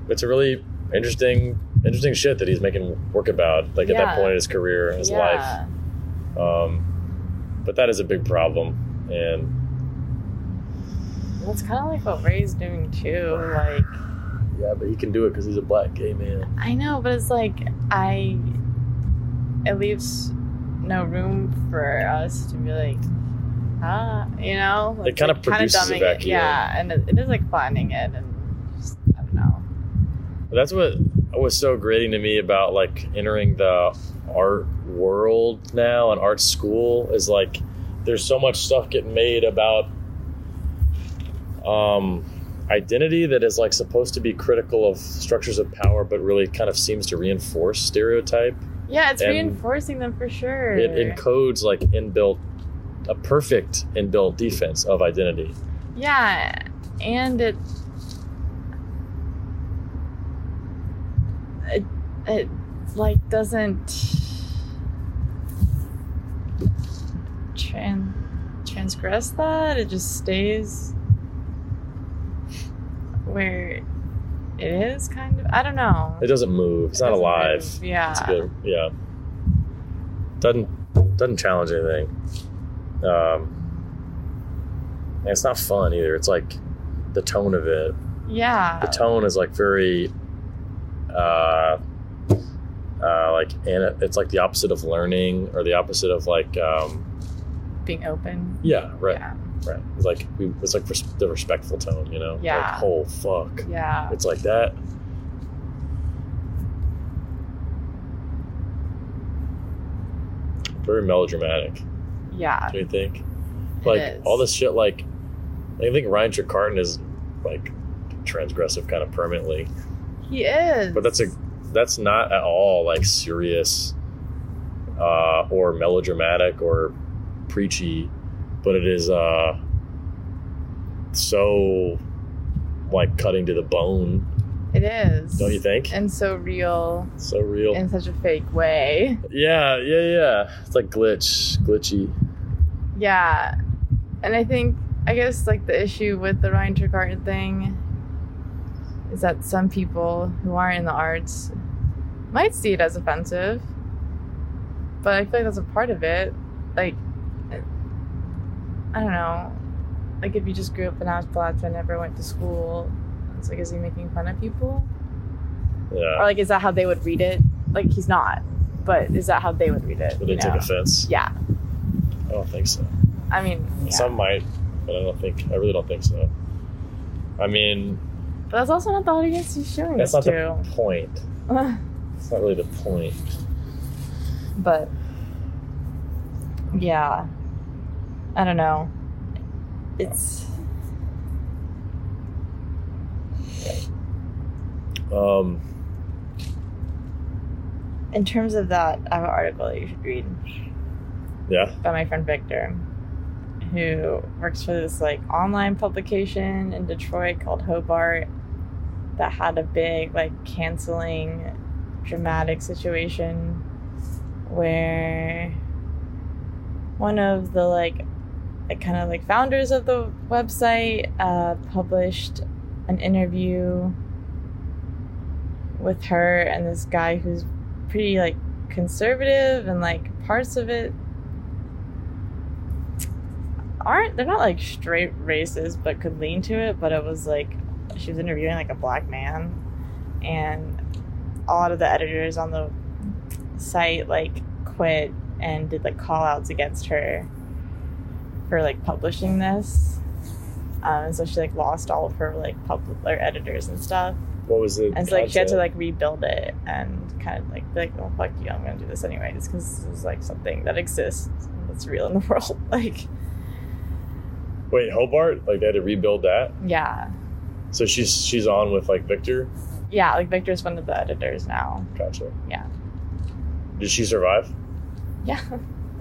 Speaker 2: It's a really interesting, interesting shit that he's making work about. Like at that
Speaker 1: Yeah.
Speaker 2: point in his career, in his
Speaker 1: yeah.
Speaker 2: life. Um, but that is a big problem, and
Speaker 1: That's kind of like what Ray's doing too. Like
Speaker 2: yeah, but he can do it because he's a black gay man.
Speaker 1: I know, but it's like I. It leaves no room for us to be like, ah, you know.
Speaker 2: It
Speaker 1: It's,
Speaker 2: kinda
Speaker 1: like,
Speaker 2: produces a
Speaker 1: dumbing it-
Speaker 2: vacuum.
Speaker 1: Yeah, and it, it is like finding it, and just, I don't know.
Speaker 2: But that's what was so grating to me about like entering the art world now and art school is like there's so much stuff getting made about um identity that is like supposed to be critical of structures of power but really kind of seems to reinforce stereotype
Speaker 1: Yeah, it's
Speaker 2: And-
Speaker 1: reinforcing them for sure.
Speaker 2: it encodes like inbuilt a perfect inbuilt defense of identity
Speaker 1: yeah, and it, it it like doesn't tran, transgress that. It just stays where it is. Kind of. I don't know.
Speaker 2: it doesn't move it's
Speaker 1: It
Speaker 2: not
Speaker 1: doesn't
Speaker 2: alive
Speaker 1: move. Yeah.
Speaker 2: It's good. Yeah. Doesn't doesn't challenge anything. Um, and it's not fun either. It's like the tone of it.
Speaker 1: Yeah.
Speaker 2: The tone is like very, uh, uh, like and it's like the opposite of learning or the opposite of like um,
Speaker 1: Being open.
Speaker 2: yeah right
Speaker 1: Yeah.
Speaker 2: right. It's like we, it's like res- the respectful tone, you know.
Speaker 1: Yeah.
Speaker 2: Like, oh fuck.
Speaker 1: Yeah.
Speaker 2: It's like that. Very melodramatic,
Speaker 1: Yeah.
Speaker 2: do you think?
Speaker 1: It
Speaker 2: Like
Speaker 1: is.
Speaker 2: all this shit. Like I think Ryan Tricarton is like transgressive kind of permanently,
Speaker 1: He is.
Speaker 2: but that's a that's not at all like serious uh, or melodramatic or preachy, but it is uh so like cutting to the bone,
Speaker 1: It is.
Speaker 2: don't you think?
Speaker 1: And so real
Speaker 2: So real.
Speaker 1: in such a fake way.
Speaker 2: yeah, yeah, yeah. It's like glitch, glitchy.
Speaker 1: Yeah. And I think, I guess, like the issue with the Ryan Tricarton thing is that some people who aren't in the arts might see it as offensive. But I feel like that's a part of it. Like, I don't know. Like, if you just grew up in Ashpalachia and never went to school, it's like, is he making fun of people? Or,
Speaker 2: Yeah.
Speaker 1: like, is that how they would read it? Like, he's not. But is that how they would read it?
Speaker 2: But they
Speaker 1: you
Speaker 2: take
Speaker 1: know?
Speaker 2: offense.
Speaker 1: Yeah.
Speaker 2: I don't think so.
Speaker 1: I mean, yeah.
Speaker 2: Some might, but I don't think. I really don't think so. I mean,
Speaker 1: But that's also not the audience he's showing
Speaker 2: that's
Speaker 1: this
Speaker 2: not
Speaker 1: to.
Speaker 2: the point. It's not really the point.
Speaker 1: but yeah, I don't know. It's
Speaker 2: Um,
Speaker 1: in terms of that. I have an article that you should read
Speaker 2: yeah.
Speaker 1: by my friend Victor, who works for this like online publication in Detroit called Hobart that had a big like canceling dramatic situation where one of the like like kind of like founders of the website uh, published an interview with her and this guy who's pretty like conservative and like parts of it aren't they're not like straight racist, but could lean to it. But it was like she was interviewing like a black man, and a lot of the editors on the site like quit and did like call outs against her for like publishing this. Um, and so she like lost all of her like public or editors and stuff.
Speaker 2: What was it?
Speaker 1: And so like she had to like rebuild it and kind of like be like, oh fuck you, I'm gonna do this anyways because this is like something that exists that's real in the world. Like
Speaker 2: Wait, Hobart? Like they had to rebuild that?
Speaker 1: yeah,
Speaker 2: So she's she's on with like Victor.
Speaker 1: yeah. Like Victor's one of the editors now.
Speaker 2: Gotcha.
Speaker 1: Yeah.
Speaker 2: Did she survive?
Speaker 1: Yeah,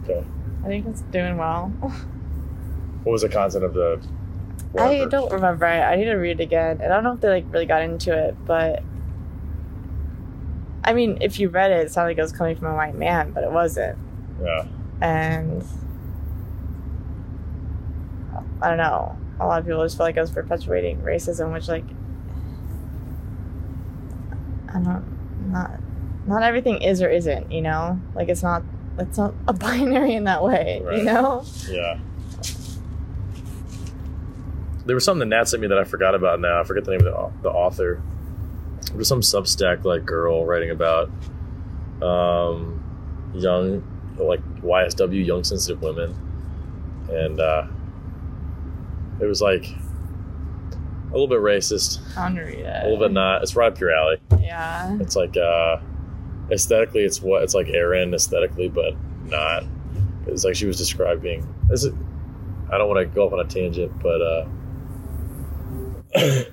Speaker 2: Okay.
Speaker 1: I think it's doing well.
Speaker 2: What was the content of the?
Speaker 1: I
Speaker 2: whatever?
Speaker 1: don't remember. I, I need to read it again. And I don't know if they like really got into it, but I mean, if you read it, it sounded like it was coming from a white man, but it wasn't.
Speaker 2: Yeah.
Speaker 1: and I don't know. A lot of people just feel like I was perpetuating racism, which like I don't not not everything is or isn't, you know? Like it's not it's not a binary in that way,
Speaker 2: Right.
Speaker 1: you know?
Speaker 2: Yeah. There was something that Nat sent me that I forgot about now. I forget the name of the, au- the author. There was some Substack like girl writing about um, young, like YSW, young sensitive women. And uh, it was like a little bit racist,
Speaker 1: I want to read it.
Speaker 2: a little bit not. It's right up your alley.
Speaker 1: Yeah.
Speaker 2: It's like uh aesthetically it's what it's like Aaron aesthetically, but not. It's like she was describing this is I don't want to go off on a tangent, but uh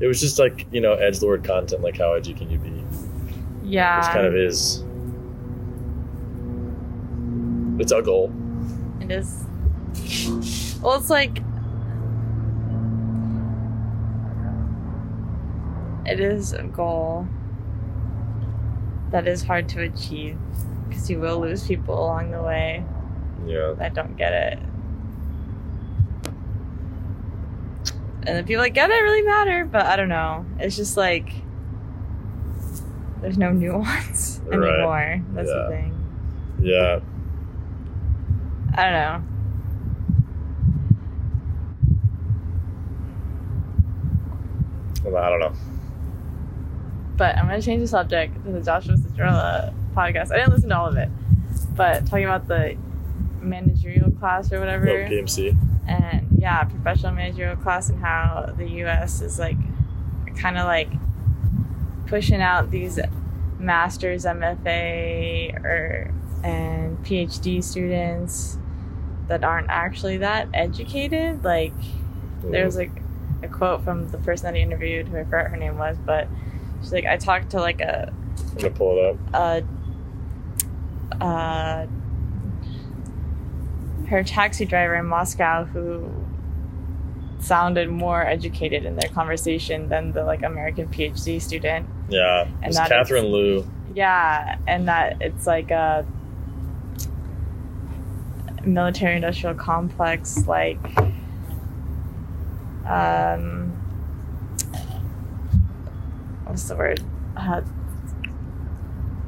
Speaker 2: it was just like, you know, edge lord content, like how edgy can you be?
Speaker 1: Yeah.
Speaker 2: It's kind of his it's a goal.
Speaker 1: It is. Well, it's like. It is a goal that is hard to achieve because you will lose people along the way
Speaker 2: Yeah.
Speaker 1: that don't get it. And the people that get it really matter, but I don't know. It's just like there's no nuance
Speaker 2: Right.
Speaker 1: anymore. That's
Speaker 2: Yeah.
Speaker 1: the thing.
Speaker 2: Yeah.
Speaker 1: I don't know.
Speaker 2: Well, I don't know.
Speaker 1: but I'm gonna change the subject to the Joshua Citrella podcast. I didn't listen to all of it, but talking about the managerial class or
Speaker 2: No
Speaker 1: whatever,
Speaker 2: PMC.
Speaker 1: and yeah, professional managerial class, and how the U.S. is like kind of like pushing out these masters, MFA, or and PhD students that aren't actually that educated, like there was like a quote from the person that he interviewed who I forgot her name was, but she's like, I talked to like a
Speaker 2: I'm gonna pull it up.
Speaker 1: a uh her taxi driver in Moscow who sounded more educated in their conversation than the like American PhD student.
Speaker 2: Yeah.
Speaker 1: And
Speaker 2: It's
Speaker 1: that is-
Speaker 2: Catherine Liu.
Speaker 1: Yeah, and that it's like a military industrial complex, like um, what's the word? Uh,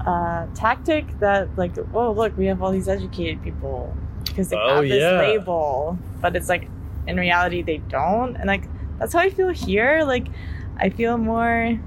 Speaker 1: uh, tactic that like, whoa, look, we have all these educated people because they
Speaker 2: Oh,
Speaker 1: have this
Speaker 2: yeah.
Speaker 1: label, but it's like in reality they don't, and like that's how I feel here. Like, I feel more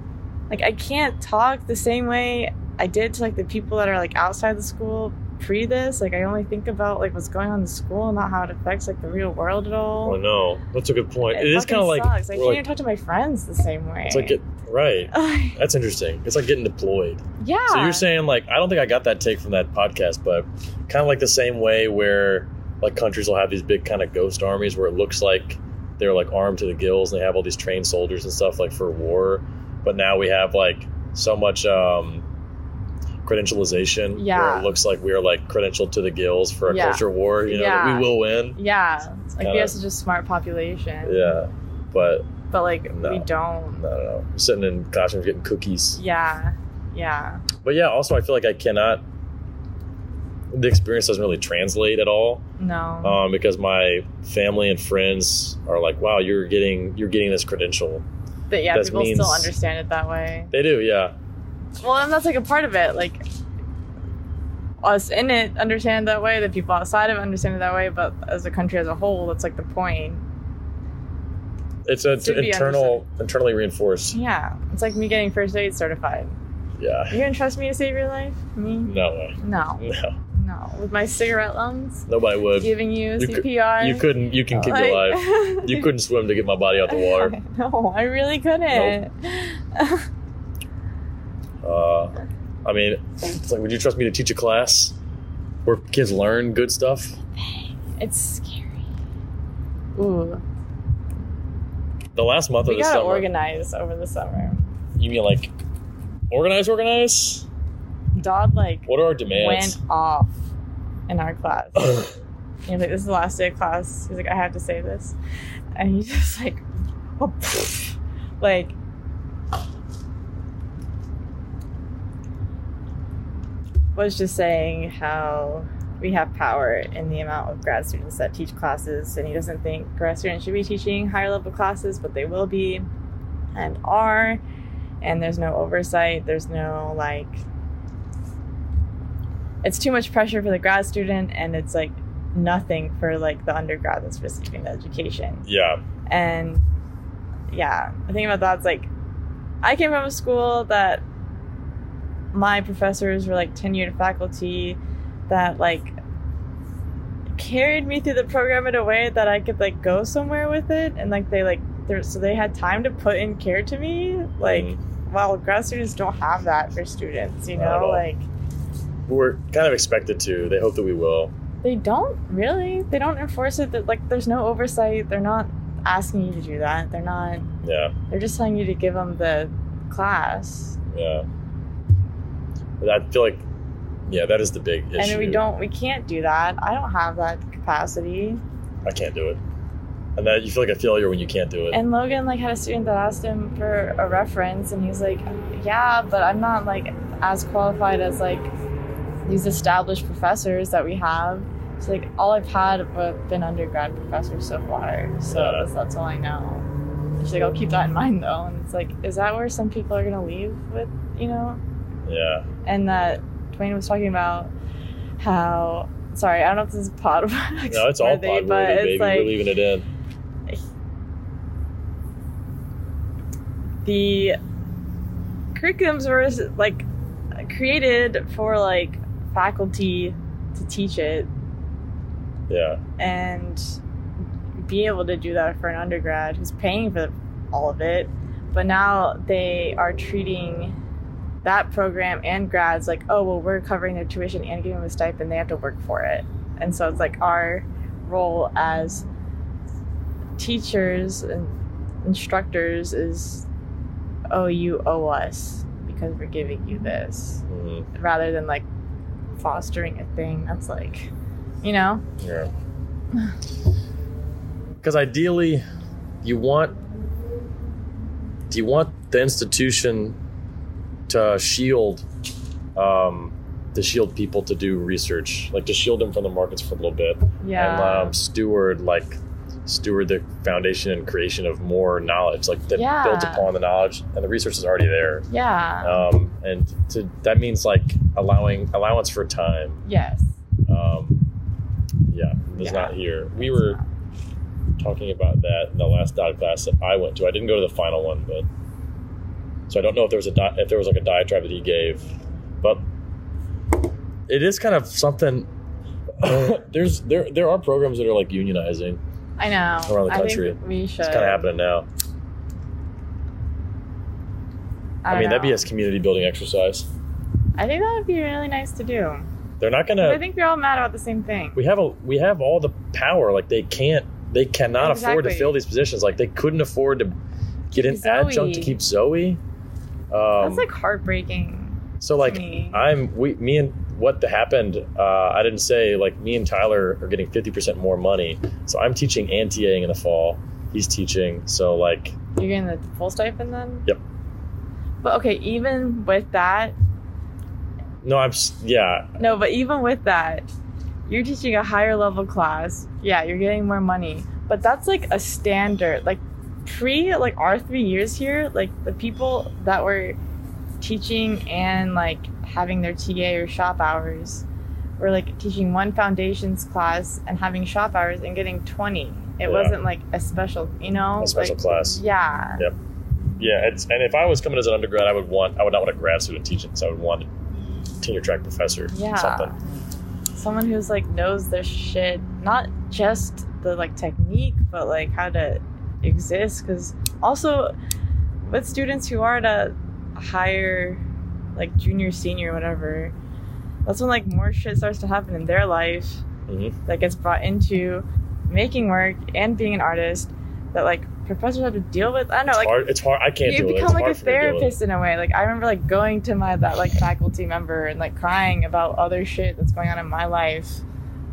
Speaker 1: like I can't talk the same way I did to like the people that are like outside the school pre this. Like I only think about like what's going on in the school, not how it affects like the real world at all.
Speaker 2: Oh no. That's a good point. it is
Speaker 1: fucking
Speaker 2: kinda like,
Speaker 1: sucks. I
Speaker 2: we're
Speaker 1: can't
Speaker 2: like-
Speaker 1: even talk to my friends the same way.
Speaker 2: it's like it right. That's interesting. It's like getting deployed.
Speaker 1: yeah.
Speaker 2: So you're saying like I don't think I got that take from that podcast, but kind of like the same way where like countries will have these big kind of ghost armies where it looks like they're like armed to the gills and they have all these trained soldiers and stuff like for war, but now we have like so much um credentialization where
Speaker 1: Yeah.
Speaker 2: it looks like we're like credentialed to the gills for a
Speaker 1: Yeah.
Speaker 2: culture war, you know, that
Speaker 1: Yeah.
Speaker 2: we will win.
Speaker 1: yeah, like
Speaker 2: kinda-
Speaker 1: we have such a smart population,
Speaker 2: Yeah. But
Speaker 1: but like we
Speaker 2: No. I
Speaker 1: don't.
Speaker 2: don't know. We're sitting in classrooms getting cookies.
Speaker 1: Yeah, yeah,
Speaker 2: But yeah, also I feel like I cannot. The experience doesn't really translate at all
Speaker 1: no,
Speaker 2: um, because my family and friends are like, "Wow, you're getting you're getting this credential."
Speaker 1: but yeah,
Speaker 2: that
Speaker 1: people
Speaker 2: means-
Speaker 1: still understand it that way.
Speaker 2: They do, yeah,
Speaker 1: Well, and that's like a part of it. Like, us in it understand it that way, the people outside of it understand it that way, but as a country as a whole, that's like the point.
Speaker 2: It's an
Speaker 1: To be
Speaker 2: internal, internally reinforced.
Speaker 1: Yeah, it's like me getting first aid certified.
Speaker 2: Yeah.
Speaker 1: You gonna trust me to save your life? Me?
Speaker 2: No way.
Speaker 1: No,
Speaker 2: No.
Speaker 1: no. With my cigarette lungs,
Speaker 2: Nobody would.
Speaker 1: giving you,
Speaker 2: You could-
Speaker 1: CPR.
Speaker 2: You couldn't. You can kick your life. You couldn't swim to get my body out the water.
Speaker 1: no, I really couldn't.
Speaker 2: Uh, I mean, it's like, would you trust me to teach a class where kids learn good stuff?
Speaker 1: it's scary. Ooh,
Speaker 2: The last month
Speaker 1: we
Speaker 2: of the
Speaker 1: gotta
Speaker 2: summer.
Speaker 1: organize over the summer.
Speaker 2: you mean like organize, organize?
Speaker 1: Dodd like
Speaker 2: What are our
Speaker 1: went
Speaker 2: demands?
Speaker 1: off in our class. He was like, "This is the last day of class." He's like, "I have to say this," and he just like, oh, like was just saying how we have power in the amount of grad students that teach classes, and he doesn't think grad students should be teaching higher level classes, but they will be, and are, and there's no oversight. There's no like. It's too much pressure for the grad student, and it's like nothing for like the undergrad that's receiving the education.
Speaker 2: yeah.
Speaker 1: And yeah, the thing about that's like I came from a school that my professors were like tenured faculty that like carried me through the program in a way that I could like go somewhere with it and like they like there so they had time to put in care to me like
Speaker 2: Mhm.
Speaker 1: while grad students don't have that for students you
Speaker 2: Not at
Speaker 1: know
Speaker 2: all.
Speaker 1: like
Speaker 2: We're kind of expected to. They hope that we will.
Speaker 1: They don't really. They don't enforce it. That like, there's no oversight. They're not asking you to do that. They're not.
Speaker 2: Yeah.
Speaker 1: They're just telling you to give them the class,
Speaker 2: Yeah. But I feel like, yeah, that is the big issue.
Speaker 1: and we don't. We can't do that. I don't have that capacity.
Speaker 2: I can't do it. And that you feel like a failure when you can't do it.
Speaker 1: And Logan like had a student that asked him for a reference, and he's like, "Yeah, but I'm not like as qualified as like these established professors that we have." It's like all I've had have been undergrad professors so far, so
Speaker 2: Yeah.
Speaker 1: that's, that's all I know. And she's like, "I'll keep that in mind though," and it's like, is that where some people are gonna leave with, you know?
Speaker 2: yeah.
Speaker 1: And that Dwayne was talking about how. Sorry, I don't know if this is pod.
Speaker 2: No, it's all
Speaker 1: worthy,
Speaker 2: pod worthy, baby. We're leaving it in.
Speaker 1: the curriculums were like created for like faculty to teach it
Speaker 2: Yeah.
Speaker 1: and be able to do that for an undergrad who's paying for all of it but now they are treating that program and grads like oh well we're covering their tuition and giving them a stipend they have to work for it and so it's like our role as teachers and instructors is oh you owe us because we're giving you this
Speaker 2: Mhm.
Speaker 1: rather than like fostering a thing that's like you know
Speaker 2: Yeah. Because ideally, you want you want the institution to shield um, to shield people to do research, like to shield them from the markets for a little bit,
Speaker 1: yeah
Speaker 2: and um, steward like steward the foundation and creation of more knowledge, like that
Speaker 1: Yeah.
Speaker 2: builds upon the knowledge and the research is already there.
Speaker 1: Yeah.
Speaker 2: Um, and to, that means like allowing allowance for time
Speaker 1: yes.
Speaker 2: um, yeah, it's
Speaker 1: Yeah.
Speaker 2: not here. We were talking about that in the last diet class that I went to. I didn't go to the final one, but so I don't know if there was a di- if there was like a diatribe that he gave, but it is kind of something. there's there there are programs that are like unionizing.
Speaker 1: I know.
Speaker 2: Around the
Speaker 1: I
Speaker 2: country.
Speaker 1: Think we should.
Speaker 2: It's kind of happening now. I,
Speaker 1: don't
Speaker 2: mean, that'd be
Speaker 1: know.
Speaker 2: a community building exercise.
Speaker 1: I think that would be really nice to do.
Speaker 2: They're not
Speaker 1: 'Cause I
Speaker 2: gonna.
Speaker 1: think we're all mad about the same thing.
Speaker 2: We have a we have all the power. Like they can't. They cannot afford to
Speaker 1: Exactly.
Speaker 2: fill these positions. Like they couldn't afford to get an
Speaker 1: Keep Zoe.
Speaker 2: adjunct to keep Zoe. Um,
Speaker 1: That's like heartbreaking.
Speaker 2: so like
Speaker 1: to me.
Speaker 2: I'm we me and what the happened. Uh, I didn't say like me and Tyler are getting fifty percent more money. So I'm teaching and TAing in the fall. He's teaching. So like
Speaker 1: You're getting the full stipend then.
Speaker 2: Yep.
Speaker 1: But okay, even with that,
Speaker 2: no, I'm s- yeah
Speaker 1: no, but even with that, you're teaching a higher level class. Yeah, you're getting more money, but that's like a standard. Like pre like our three years here, like the people that were teaching and like having their TA or shop hours were like teaching one foundations class and having shop hours and getting 20. It
Speaker 2: Yeah.
Speaker 1: wasn't like a special, you know?
Speaker 2: A special
Speaker 1: Oh, like,
Speaker 2: class.
Speaker 1: Yeah.
Speaker 2: Yeah. Yeah, it's, and if I was coming as an undergrad, I would want I would not want a grad student teaching, so I would want a tenure track professor,
Speaker 1: Yeah.
Speaker 2: something.
Speaker 1: Someone who's like knows their shit, not just the like technique, but like how to exist. Because also with students who are at a higher, like junior, senior, whatever, that's when like more shit starts to happen in their life
Speaker 2: Mhm.
Speaker 1: that gets brought into making work and being an artist that like professors have to deal with. I don't know,
Speaker 2: it's
Speaker 1: like
Speaker 2: hard. It's hard. I can't
Speaker 1: you
Speaker 2: do it. It's
Speaker 1: become like a
Speaker 2: hard for me to deal with.
Speaker 1: therapist in a way. Like I remember like going to my that like faculty member and like crying about other shit that's going on in my life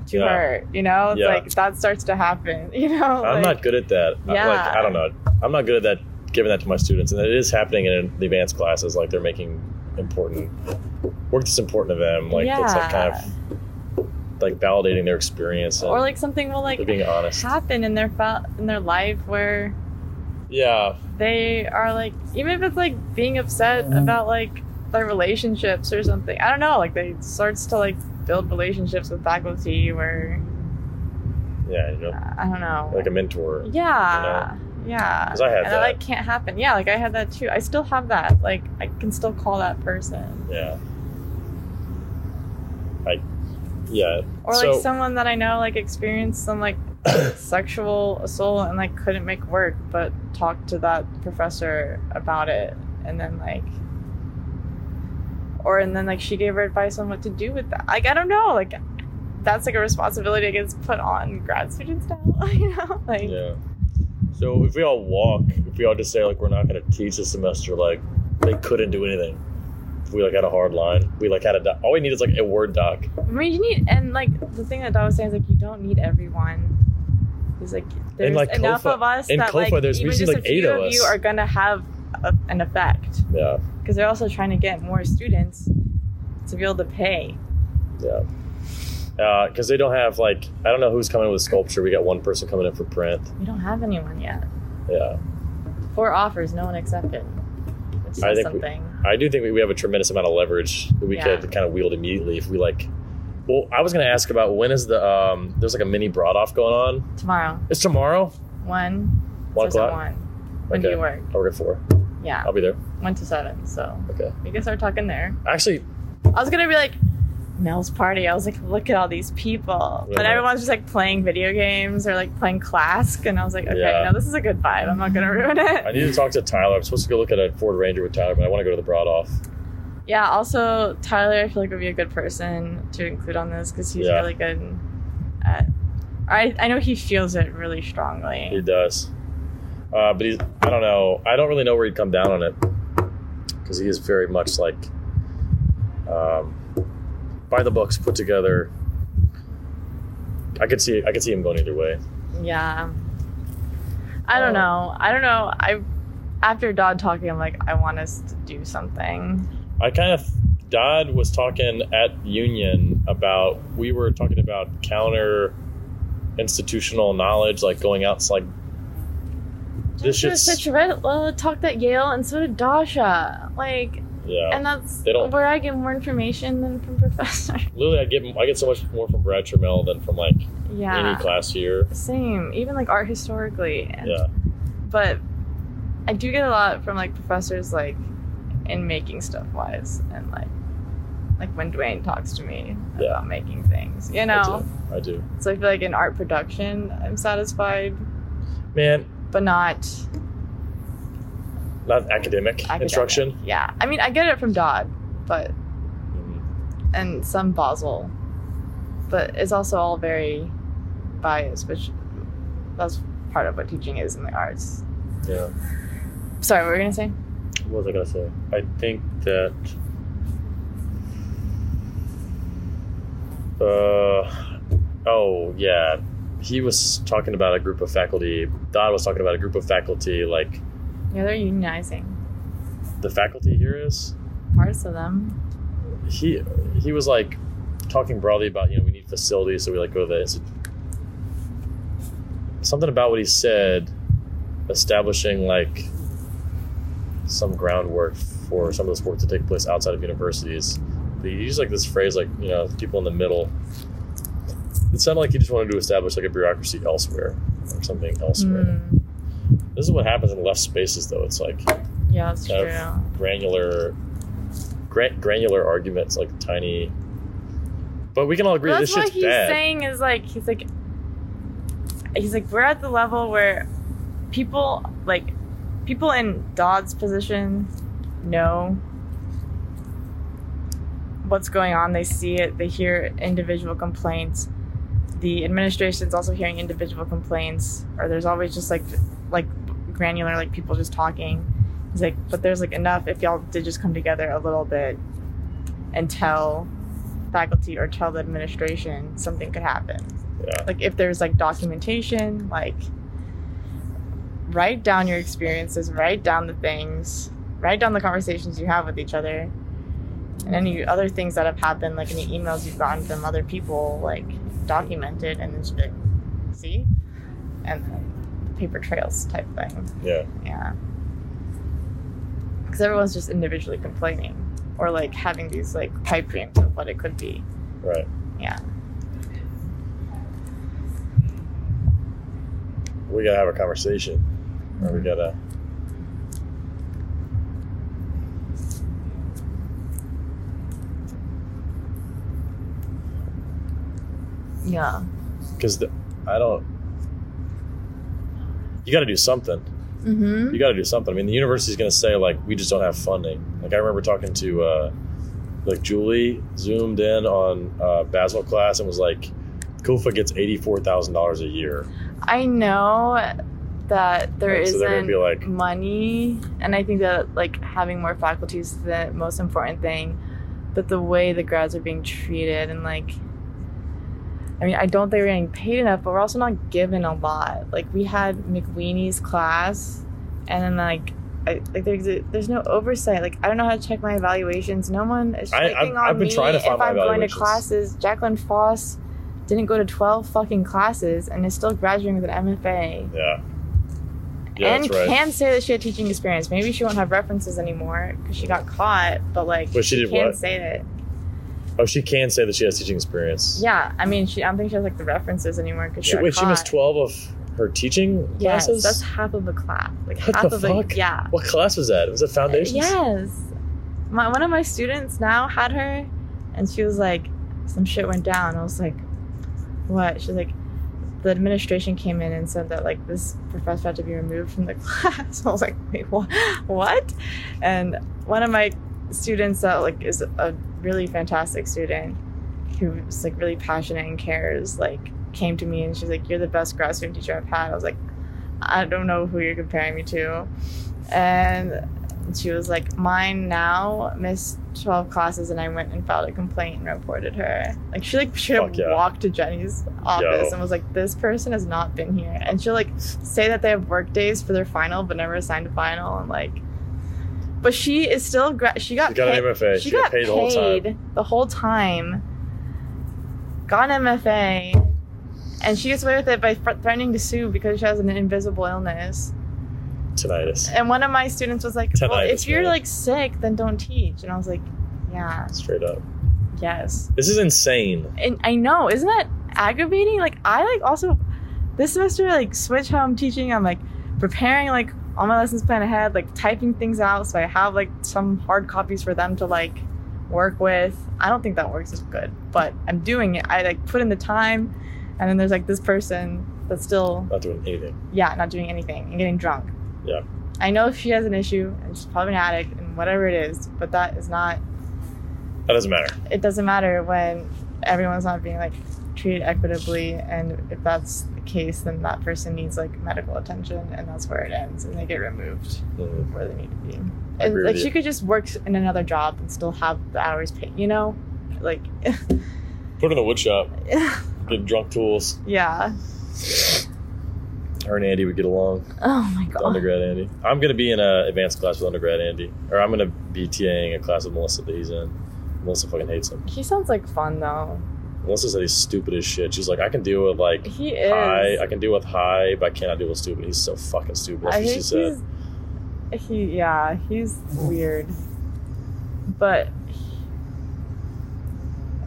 Speaker 1: to
Speaker 2: Yeah.
Speaker 1: her. You know, it's
Speaker 2: Yeah.
Speaker 1: like that starts to happen. You know,
Speaker 2: I'm
Speaker 1: like,
Speaker 2: not good at that. I- Like
Speaker 1: Yeah.
Speaker 2: I don't know. I'm not good at that giving that to my students, and it is happening in the advanced classes. Like they're making important work that's important to them. Like that's like kind of like validating their experience and
Speaker 1: or like something will like
Speaker 2: they're being honest.
Speaker 1: happen in their fa- in their life where
Speaker 2: Yeah,
Speaker 1: they are like even if it's like being upset
Speaker 2: Mm-hmm.
Speaker 1: about like their relationships or something. I don't know. Like they starts to like build relationships with faculty where
Speaker 2: yeah, you know,
Speaker 1: I don't know.
Speaker 2: like a mentor.
Speaker 1: Yeah. Yeah.
Speaker 2: 'Cause I had
Speaker 1: and
Speaker 2: that.
Speaker 1: I like can't happen. Yeah, like I had that too. I still have that. Like I can still call that person.
Speaker 2: Yeah, I, yeah,
Speaker 1: Or
Speaker 2: So-
Speaker 1: like someone that I know like experienced some like sexual assault and like couldn't make work but talked to that professor about it and then like or and then like she gave her advice on what to do with that. Like I don't know, like that's like a responsibility that gets put on grad students now, you know? Like
Speaker 2: yeah. So if we all walk, if we all just say like we're not going to teach this semester, like they couldn't do anything. If we like had a hard line, we like had a doc. all we need is like a word doc.
Speaker 1: I mean, you need, and like the thing that Dad was saying is like you don't need everyone. He's like, there's
Speaker 2: like,
Speaker 1: enough
Speaker 2: Kofa-
Speaker 1: of us
Speaker 2: in
Speaker 1: that
Speaker 2: Kofa,
Speaker 1: like
Speaker 2: there's- we
Speaker 1: even
Speaker 2: see,
Speaker 1: just
Speaker 2: like,
Speaker 1: a
Speaker 2: eight
Speaker 1: few
Speaker 2: of
Speaker 1: of you
Speaker 2: us.
Speaker 1: are gonna have a, an effect
Speaker 2: Yeah,
Speaker 1: because they're also trying to get more students to be able to pay.
Speaker 2: yeah. Because they don't have like I don't know who's coming with sculpture. We got one person coming in for print.
Speaker 1: We don't have anyone yet.
Speaker 2: Yeah,
Speaker 1: Four offers, no one accepted. Which
Speaker 2: I
Speaker 1: says
Speaker 2: think we-
Speaker 1: something.
Speaker 2: I do think we, we have a tremendous amount of leverage that we
Speaker 1: Yeah.
Speaker 2: could kind of wield immediately if we like. Well, I was going to ask about when is the um there's like a mini broad off going on.
Speaker 1: Tomorrow,
Speaker 2: It's tomorrow,
Speaker 1: one.
Speaker 2: one
Speaker 1: starts at
Speaker 2: o'clock.
Speaker 1: One. When do
Speaker 2: Okay.
Speaker 1: you work?
Speaker 2: I work Oh, at four.
Speaker 1: Yeah,
Speaker 2: I'll be there.
Speaker 1: one to seven. So
Speaker 2: Okay.
Speaker 1: we can start talking there.
Speaker 2: Actually,
Speaker 1: I was gonna be like Mel's party. I was like, look at all these people, but
Speaker 2: Yeah.
Speaker 1: everyone's just like playing video games or like playing Clask, and I was like, okay,
Speaker 2: Yeah.
Speaker 1: no, this is a good vibe. I'm not gonna ruin
Speaker 2: I
Speaker 1: it.
Speaker 2: need to talk to Tyler. I'm supposed to go look at a Ford Ranger with Tyler, but I want to go to the broad off.
Speaker 1: Yeah. Also, Tyler, I feel like would be a good person to include on this because he's
Speaker 2: Yeah.
Speaker 1: really good at. I I know he feels it really strongly.
Speaker 2: He does, uh, but he's. I don't know. I don't really know where he'd come down on it because he is very much like um, by the books, put together. I could see. I could see him going either way.
Speaker 1: Yeah. I don't
Speaker 2: Uh,
Speaker 1: know. I don't know. I after Dodd talking, I'm like, I want us to do something.
Speaker 2: I kind of. Dodd was talking at Union about. We were talking about counter institutional knowledge, like going out, like This
Speaker 1: This is
Speaker 2: shit's-
Speaker 1: such red. Well, talked at Yale, and so did Dasha. Like.
Speaker 2: yeah.
Speaker 1: and that's
Speaker 2: Oh. They don't-
Speaker 1: where I get more information than from professor.
Speaker 2: Literally, I get I get so much more from Brad Trammell than from like any
Speaker 1: yeah,
Speaker 2: class here.
Speaker 1: same. Even like art historically, and,
Speaker 2: Yeah,
Speaker 1: but I do get a lot from like professors like in making stuff wise and like like when Dwayne talks to me
Speaker 2: Yeah.
Speaker 1: about making things, you know.
Speaker 2: I do. I do.
Speaker 1: So I feel like in art production, I'm satisfied,
Speaker 2: Man,
Speaker 1: but not
Speaker 2: not academic,
Speaker 1: academic.
Speaker 2: instruction.
Speaker 1: Yeah, I mean I get it from Dodd, but
Speaker 2: Mhm.
Speaker 1: and some Basel, but it's also all very biased, which that's part of what teaching is in the arts.
Speaker 2: Yeah.
Speaker 1: Sorry, what were you gonna say?
Speaker 2: What was I gonna say? I think that. Uh, oh yeah, he was talking about a group of faculty. Don was talking about a group of faculty, like
Speaker 1: Yeah, they're unionizing.
Speaker 2: the faculty here is.
Speaker 1: Parts of them.
Speaker 2: he he was like talking broadly about you know we need facilities so we like go to the institute something about what he said establishing like some groundwork for some of the sports to take place outside of universities They use like this phrase, like you know, people in the middle. It sounded like he just wanted to establish like a bureaucracy elsewhere or something elsewhere.
Speaker 1: Mm,
Speaker 2: This is what happens in left spaces, though. It's like
Speaker 1: yeah, that's
Speaker 2: Kind
Speaker 1: true.
Speaker 2: of granular, gran- granular arguments, like tiny. But we can all agree
Speaker 1: Well,
Speaker 2: this
Speaker 1: that's what
Speaker 2: shit's
Speaker 1: he's
Speaker 2: bad.
Speaker 1: saying is like he's like he's like we're at the level where people like people in Dodd's position know what's going on. They see it. They hear individual complaints. The administration's also hearing individual complaints, or there's always just like like granular like people just talking. He's like, but there's like enough if y'all did just come together a little bit and tell faculty or tell the administration something could happen.
Speaker 2: Yeah.
Speaker 1: Like if there's like documentation, like write down your experiences, write down the things, write down the conversations you have with each other, and any other things that have happened, like any emails you've gotten from other people, like documented and then just be like, see, and then paper trails type thing.
Speaker 2: Yeah.
Speaker 1: Yeah. Because everyone's just individually complaining or like having these like pipe dreams of what it could be.
Speaker 2: Right.
Speaker 1: Yeah.
Speaker 2: We gotta have a conversation, or we gotta.
Speaker 1: Yeah.
Speaker 2: because I don't. You got to do something.
Speaker 1: Mm-hmm.
Speaker 2: You got to do something. I mean, the university's going to say like, we just don't have funding. Like I remember talking to uh, like Julie zoomed in on uh, Basil class and was like, Kufa gets eighty four thousand dollars a year.
Speaker 1: I know that there
Speaker 2: And so they're gonna
Speaker 1: not
Speaker 2: be like,
Speaker 1: money, and I think that like having more faculty is the most important thing. But the way the grads are being treated, and like, I mean, I don't think we're getting paid enough, but we're also not given a lot. Like, we had McWeeney's class, and then like. I, like there's there's no oversight. Like I don't know how to check my evaluations. No one is
Speaker 2: I- I've-
Speaker 1: checking on
Speaker 2: I've been
Speaker 1: me
Speaker 2: trying to find
Speaker 1: if
Speaker 2: my
Speaker 1: I'm going to
Speaker 2: evaluations.
Speaker 1: classes. Jacqueline Foss didn't go to twelve fucking classes and is still graduating with an MFA
Speaker 2: yeah, yeah,
Speaker 1: and
Speaker 2: that's right.
Speaker 1: can say that she had teaching experience. Maybe she won't have references anymore because she got caught. But like,
Speaker 2: But she did
Speaker 1: can
Speaker 2: what?
Speaker 1: say that.
Speaker 2: oh, she can say that she has teaching experience.
Speaker 1: Yeah, I mean, she. I don't think she has like the references anymore because she,
Speaker 2: She,
Speaker 1: got
Speaker 2: wait,
Speaker 1: caught.
Speaker 2: she missed twelve of her teaching
Speaker 1: Yes,
Speaker 2: classes.
Speaker 1: that's half of a class. Like
Speaker 2: What
Speaker 1: half
Speaker 2: the
Speaker 1: of
Speaker 2: fuck?
Speaker 1: a yeah.
Speaker 2: what class was that? Was it foundations?
Speaker 1: Yes, my one of my students now had her, and she was like, some shit went down. I was like, what? She's like. The administration came in and said that like this professor had to be removed from the class. I was like, wait, what? What? And one of my students that like is a really fantastic student who's like really passionate and cares like came to me and she's like you're the best grad student teacher i've had i was like i don't know who you're comparing me to and she was like mine now missed 12 classes and i went and filed a complaint and reported her like she like should have
Speaker 2: Fuck yeah.
Speaker 1: walked to jenny's office
Speaker 2: Yo.
Speaker 1: and was like this person has not been here and she'll like say that they have work days for their final but never assigned a final and like but she is still gra- she got
Speaker 2: She got
Speaker 1: paid-
Speaker 2: an MFA. She, got, paid the whole time.
Speaker 1: paid the whole time. Got an MFA, and she gets away with it by fr- threatening to sue because she has an invisible illness.
Speaker 2: Tinnitus.
Speaker 1: And one of my students was like, "Well,
Speaker 2: Tinnitus,
Speaker 1: if you're
Speaker 2: man.
Speaker 1: like sick, then don't teach." And I was like, "Yeah,
Speaker 2: Straight up.
Speaker 1: yes."
Speaker 2: This is insane.
Speaker 1: And I know, isn't that aggravating? Like I like also this semester like switch how I'm teaching. I'm like preparing like all my lessons plan ahead, like typing things out so I have like some hard copies for them to like work with. I don't think that works as good, but I'm doing it. I like put in the time and then there's like this person that's still
Speaker 2: Not doing anything.
Speaker 1: yeah, not doing anything and getting drunk.
Speaker 2: Yeah.
Speaker 1: I know she has an issue and she's probably an addict and whatever it is, but that is not
Speaker 2: That doesn't matter.
Speaker 1: it doesn't matter when everyone's not being like treated equitably and if that's the case then that person needs like medical attention and that's where it ends and they get removed
Speaker 2: Mm,
Speaker 1: where they need to be
Speaker 2: I
Speaker 1: and
Speaker 2: agree
Speaker 1: like
Speaker 2: with
Speaker 1: she
Speaker 2: you.
Speaker 1: could just work in another job and still have the hours paid you know like
Speaker 2: Put it in the wood shop. Get drunk tools.
Speaker 1: yeah
Speaker 2: Her and Andy would get along.
Speaker 1: oh my
Speaker 2: The
Speaker 1: god
Speaker 2: undergrad Andy. I'm gonna be in a advanced class with undergrad Andy, or I'm gonna be TAing a class with Melissa that he's in. Melissa fucking hates him.
Speaker 1: he sounds like fun though
Speaker 2: Melissa said he's stupid as shit. She's like, I can deal with like
Speaker 1: he is
Speaker 2: high, I can deal with high, but I cannot deal with stupid. He's so fucking stupid. That's
Speaker 1: I
Speaker 2: what she
Speaker 1: think
Speaker 2: said.
Speaker 1: he's he yeah he's weird, but he-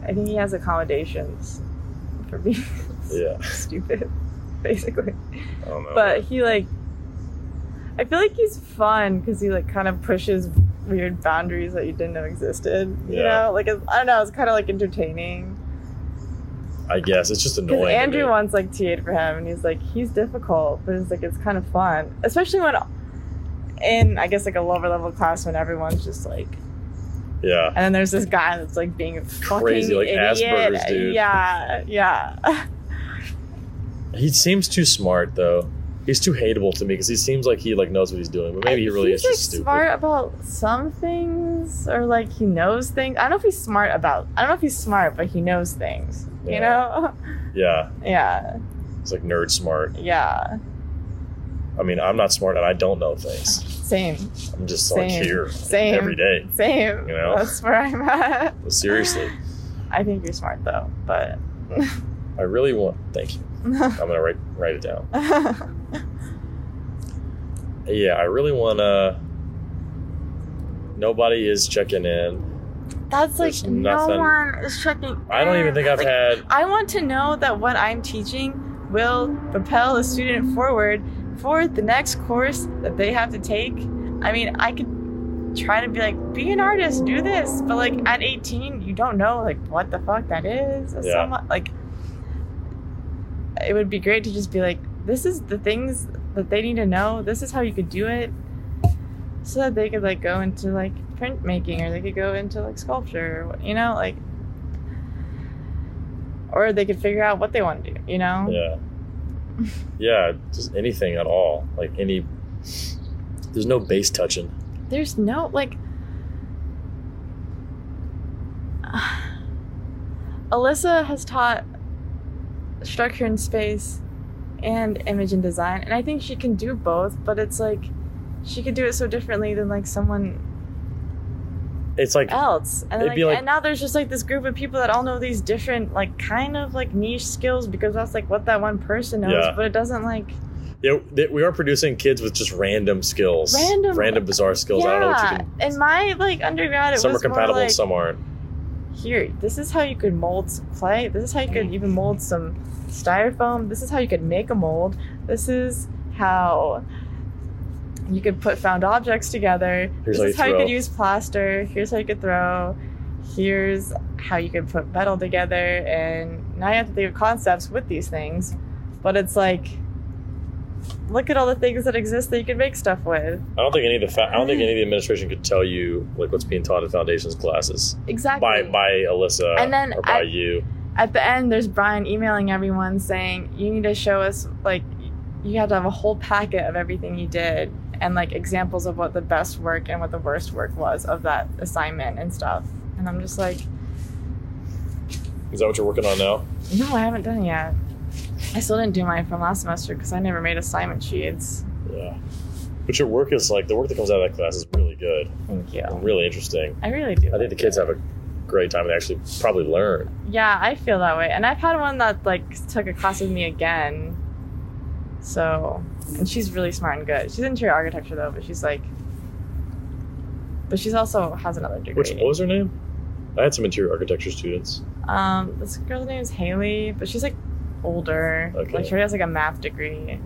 Speaker 1: I think he has accommodations for being
Speaker 2: Yeah. Oh.
Speaker 1: stupid, basically.
Speaker 2: I don't know.
Speaker 1: But he like, I feel like he's fun because he like kind of pushes weird boundaries that you didn't know existed. You
Speaker 2: Yeah.
Speaker 1: know, like it's, I don't know, it's kind of like entertaining.
Speaker 2: I guess it's just
Speaker 1: Because
Speaker 2: annoying. to
Speaker 1: Andrew
Speaker 2: me.
Speaker 1: wants like T8 for him, and he's like, he's difficult, but it's like it's kind of fun, especially when in I guess like a lower level class when everyone's just like,
Speaker 2: Yeah.
Speaker 1: and then there's this guy that's like being a fucking
Speaker 2: Crazy, like
Speaker 1: idiot.
Speaker 2: Asperger's dude.
Speaker 1: Yeah, yeah,
Speaker 2: He seems too smart though. He's too hateable to me because he seems like he like knows what he's doing, but maybe he really
Speaker 1: he's,
Speaker 2: is just
Speaker 1: like,
Speaker 2: stupid.
Speaker 1: smart about some things, or like he knows things. I don't know if he's smart about. I don't know if he's smart, but he knows things.
Speaker 2: Yeah.
Speaker 1: You know?
Speaker 2: Yeah,
Speaker 1: Yeah,
Speaker 2: he's like nerd smart.
Speaker 1: yeah.
Speaker 2: I mean, I'm not smart and I don't know things.
Speaker 1: Same,
Speaker 2: I'm just like
Speaker 1: Same.
Speaker 2: here
Speaker 1: Same.
Speaker 2: every day.
Speaker 1: same.
Speaker 2: You know?
Speaker 1: That's where I'm at.
Speaker 2: But seriously,
Speaker 1: I think you're smart though, but
Speaker 2: I really want. Thank you. I'm gonna write write it down. Yeah, I really wanna. Nobody is checking in.
Speaker 1: that's like
Speaker 2: There's
Speaker 1: no
Speaker 2: nothing-
Speaker 1: one is checking.
Speaker 2: I don't even
Speaker 1: in.
Speaker 2: think I've
Speaker 1: Like,
Speaker 2: had.
Speaker 1: I want to know that what I'm teaching will propel a student forward for the next course that they have to take. I mean, I could try to be like, be an artist, do this, but like at 18, you don't know like what the fuck that is. Or
Speaker 2: Yeah.
Speaker 1: somewhat- like, it would be great to just be like, this is the things that they need to know. This is how you could do it, so that they could like go into like printmaking or they could go into like sculpture. Or, what- you know, like or they could figure out what they want to do, you know?
Speaker 2: Yeah. Yeah, just anything at all. Like any. There's no base touching.
Speaker 1: There's no, like, Alyssa has taught structure and space and image and design, and I think she can do both, but it's like she could do it so differently than like someone
Speaker 2: It's like
Speaker 1: else. And
Speaker 2: It'd
Speaker 1: like,
Speaker 2: be like-
Speaker 1: and now there's just like this group of people that all know these different like kind of like niche skills because that's like what that one person knows,
Speaker 2: Yeah.
Speaker 1: but it doesn't like
Speaker 2: Yeah, th- we are producing kids with just random skills,
Speaker 1: Random-
Speaker 2: bizarre skills. I don't know what you can.
Speaker 1: in my like undergrad, it
Speaker 2: Some are
Speaker 1: was more
Speaker 2: compatible,
Speaker 1: like,
Speaker 2: some aren't.
Speaker 1: here, this is how you could mold some clay. This is how you
Speaker 2: Mm.
Speaker 1: could even mold some styrofoam. This is how you could make a mold. This is how you could put found objects together. this
Speaker 2: Here's how
Speaker 1: is
Speaker 2: you
Speaker 1: how you
Speaker 2: throw.
Speaker 1: could use plaster. Here's how you could throw. Here's how you could put metal together. And now you have to think of concepts with these things. But it's like, look at all the things that exist that you can make stuff with.
Speaker 2: I don't think any of the fa- I don't think any of the administration could tell you like what's being taught in foundations classes
Speaker 1: Exactly.
Speaker 2: by by Alyssa
Speaker 1: And then
Speaker 2: or by
Speaker 1: I-
Speaker 2: you.
Speaker 1: at the end there's brian emailing everyone saying you need to show us like you have to have a whole packet of everything you did and like examples of what the best work and what the worst work was of that assignment and stuff and i'm just like
Speaker 2: Is that what you're working on now?
Speaker 1: no i haven't done it yet i still didn't do mine from last semester because i never made assignment sheets
Speaker 2: Yeah. But your work is like the work that comes out of that class is really good
Speaker 1: thank
Speaker 2: and
Speaker 1: you
Speaker 2: really interesting.
Speaker 1: i really do
Speaker 2: I think the kids have a great time and actually probably learn.
Speaker 1: yeah i feel that way and i've had one that like took a class with me again so and she's really smart and good she's interior architecture though but she's like but she's also has another degree
Speaker 2: Which what was her name? I had some interior architecture students.
Speaker 1: um this girl's name is haley but she's like older
Speaker 2: Okay.
Speaker 1: like she already has like a math degree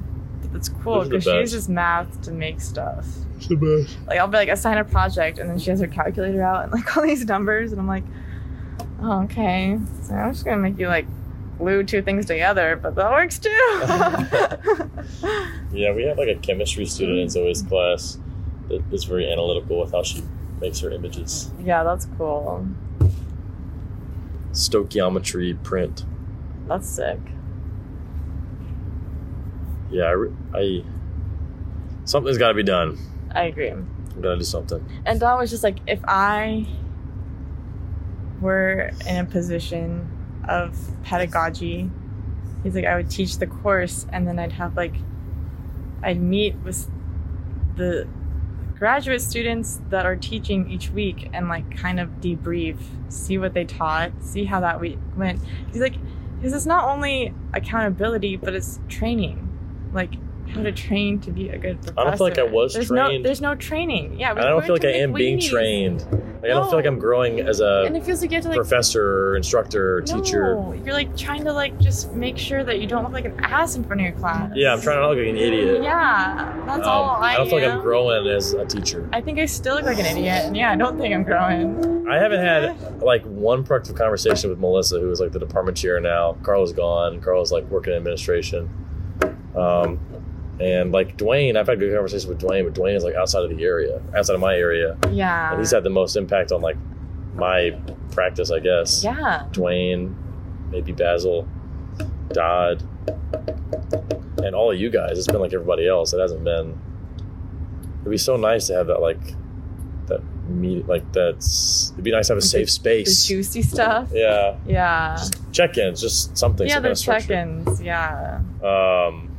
Speaker 1: But it's cool
Speaker 2: Those are the
Speaker 1: because she
Speaker 2: best.
Speaker 1: uses math to make stuff
Speaker 2: It's the best.
Speaker 1: like i'll be like assign a project and then she has her calculator out and like all these numbers and i'm like oh, okay so i'm just gonna make you like glue two things together but that works too
Speaker 2: Yeah, we have like a chemistry student in Zoe's class that is very analytical with how she makes her images.
Speaker 1: yeah that's cool
Speaker 2: Stoichiometry print.
Speaker 1: that's sick
Speaker 2: Yeah, I, re- I something's got to be done.
Speaker 1: i agree
Speaker 2: I'm gonna do something.
Speaker 1: and Don was just like, if I were in a position of pedagogy, he's like, I would teach the course and then I'd have like, I'd meet with the graduate students that are teaching each week and like kind of debrief, see what they taught, see how that week went. He's like, because it's not only accountability, but it's training. Like, how to train to be a good professor.
Speaker 2: I don't feel like I was
Speaker 1: there's No,
Speaker 2: trained.
Speaker 1: there's no training. Yeah,
Speaker 2: And I don't
Speaker 1: we're
Speaker 2: feel like I
Speaker 1: doing
Speaker 2: am being
Speaker 1: weenies.
Speaker 2: trained. Like, I don't feel like I'm growing as
Speaker 1: and
Speaker 2: a
Speaker 1: it feels like you have to like
Speaker 2: professor, instructor, teacher.
Speaker 1: No, you're like trying to like just make sure that you don't look like an ass in front of your class.
Speaker 2: Yeah, I'm trying to not look like an idiot.
Speaker 1: Yeah, that's
Speaker 2: Um,
Speaker 1: all I,
Speaker 2: I don't feel like
Speaker 1: am.
Speaker 2: I'm growing as a teacher.
Speaker 1: I think I still look like an idiot, and yeah, I don't think I'm growing.
Speaker 2: I haven't had like one productive conversation with Melissa, who is like the department chair now. Carla's gone. Carla's like working in administration. Um, and like Dwayne, I've had good conversations with Dwayne, but Dwayne is like outside of the area, outside of my area,
Speaker 1: Yeah.
Speaker 2: and he's had the most impact on like my practice, I guess.
Speaker 1: yeah.
Speaker 2: Dwayne, maybe Basil, Dodd, and all of you guys. It's been like everybody else. It hasn't been. It'd be so nice to have that like that meet like that's. It'd be nice to have a safe
Speaker 1: The
Speaker 2: space.
Speaker 1: juicy stuff.
Speaker 2: Yeah,
Speaker 1: Yeah.
Speaker 2: check-ins, just something.
Speaker 1: yeah,
Speaker 2: some kind
Speaker 1: the
Speaker 2: of structure.
Speaker 1: check-ins. Yeah.
Speaker 2: Um,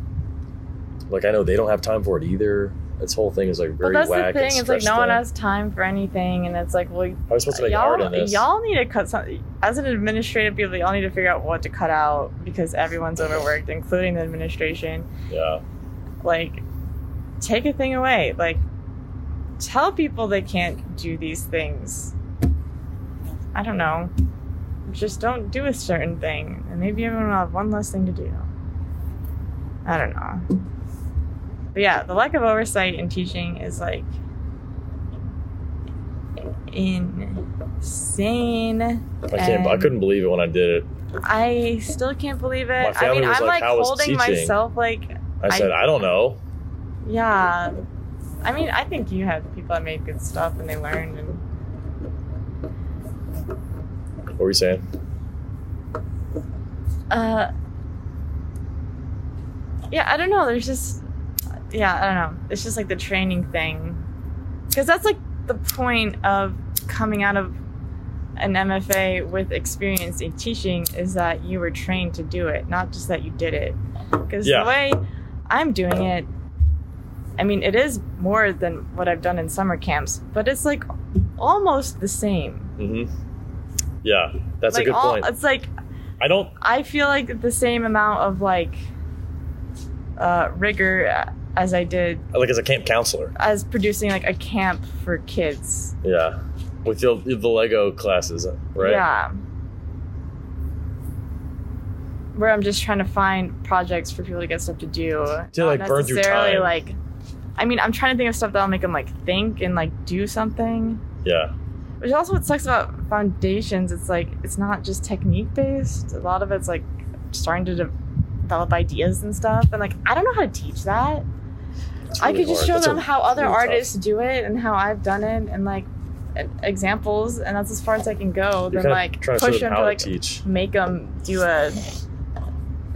Speaker 2: like I know they don't have time for it either. This whole thing is like
Speaker 1: But
Speaker 2: very
Speaker 1: that's the
Speaker 2: whack.
Speaker 1: thing.
Speaker 2: and
Speaker 1: It's like no
Speaker 2: stretched
Speaker 1: one
Speaker 2: out.
Speaker 1: has time for anything, and it's like, well,
Speaker 2: How are we supposed to make art in
Speaker 1: y'all,
Speaker 2: this?
Speaker 1: y'all need to cut something. As an administrative people, y'all need to figure out what to cut out because everyone's overworked, including the administration.
Speaker 2: yeah,
Speaker 1: Like, take a thing away. Like, tell people they can't do these things. I don't know. Just don't do a certain thing, and maybe everyone will have one less thing to do. I don't know. But yeah, the lack of oversight in teaching is like insane.
Speaker 2: I can't. I
Speaker 1: And-
Speaker 2: couldn't believe it when I did it.
Speaker 1: I still can't believe
Speaker 2: My
Speaker 1: it. I
Speaker 2: family
Speaker 1: mean,
Speaker 2: was
Speaker 1: I'm
Speaker 2: like,
Speaker 1: like,
Speaker 2: "How was
Speaker 1: holding
Speaker 2: teaching?"
Speaker 1: myself like,
Speaker 2: I said, I don't know.
Speaker 1: yeah. I mean, I think you had people that made good stuff and they learned and
Speaker 2: What were you saying?
Speaker 1: uh yeah i don't know there's just yeah i don't know it's just like the training thing because that's like the point of coming out of an mfa with experience in teaching is that you were trained to do it not just that you did it because
Speaker 2: Yeah.
Speaker 1: the way i'm doing it i mean it is more than what i've done in summer camps but it's like almost the same
Speaker 2: hmm Yeah, that's
Speaker 1: like
Speaker 2: a good
Speaker 1: all,
Speaker 2: point.
Speaker 1: it's like
Speaker 2: I don't.
Speaker 1: I feel like the same amount of like uh, rigor as I did
Speaker 2: like as a camp counselor.
Speaker 1: as producing like a camp for kids.
Speaker 2: Yeah, with the, the Lego classes, right?
Speaker 1: Yeah. Where I'm just trying to find projects for people to get stuff to do.
Speaker 2: To, like,
Speaker 1: Not
Speaker 2: burn through
Speaker 1: necessarily,
Speaker 2: time.
Speaker 1: Like, I mean, I'm trying to think of stuff that'll make them like think and like do something.
Speaker 2: Yeah.
Speaker 1: Which is also what sucks about foundations. It's like it's not just technique based. A lot of it's like starting to de- develop ideas and stuff. And like I don't know how to teach that.
Speaker 2: It's
Speaker 1: I
Speaker 2: really
Speaker 1: could just
Speaker 2: hard.
Speaker 1: show
Speaker 2: That's a-
Speaker 1: them how other
Speaker 2: really tough.
Speaker 1: artists do it and how I've done it and like e- examples. And that's as far as I can go. then
Speaker 2: You're kinda
Speaker 1: like
Speaker 2: trying to
Speaker 1: push
Speaker 2: show them
Speaker 1: them
Speaker 2: how
Speaker 1: to like
Speaker 2: to teach.
Speaker 1: make them do a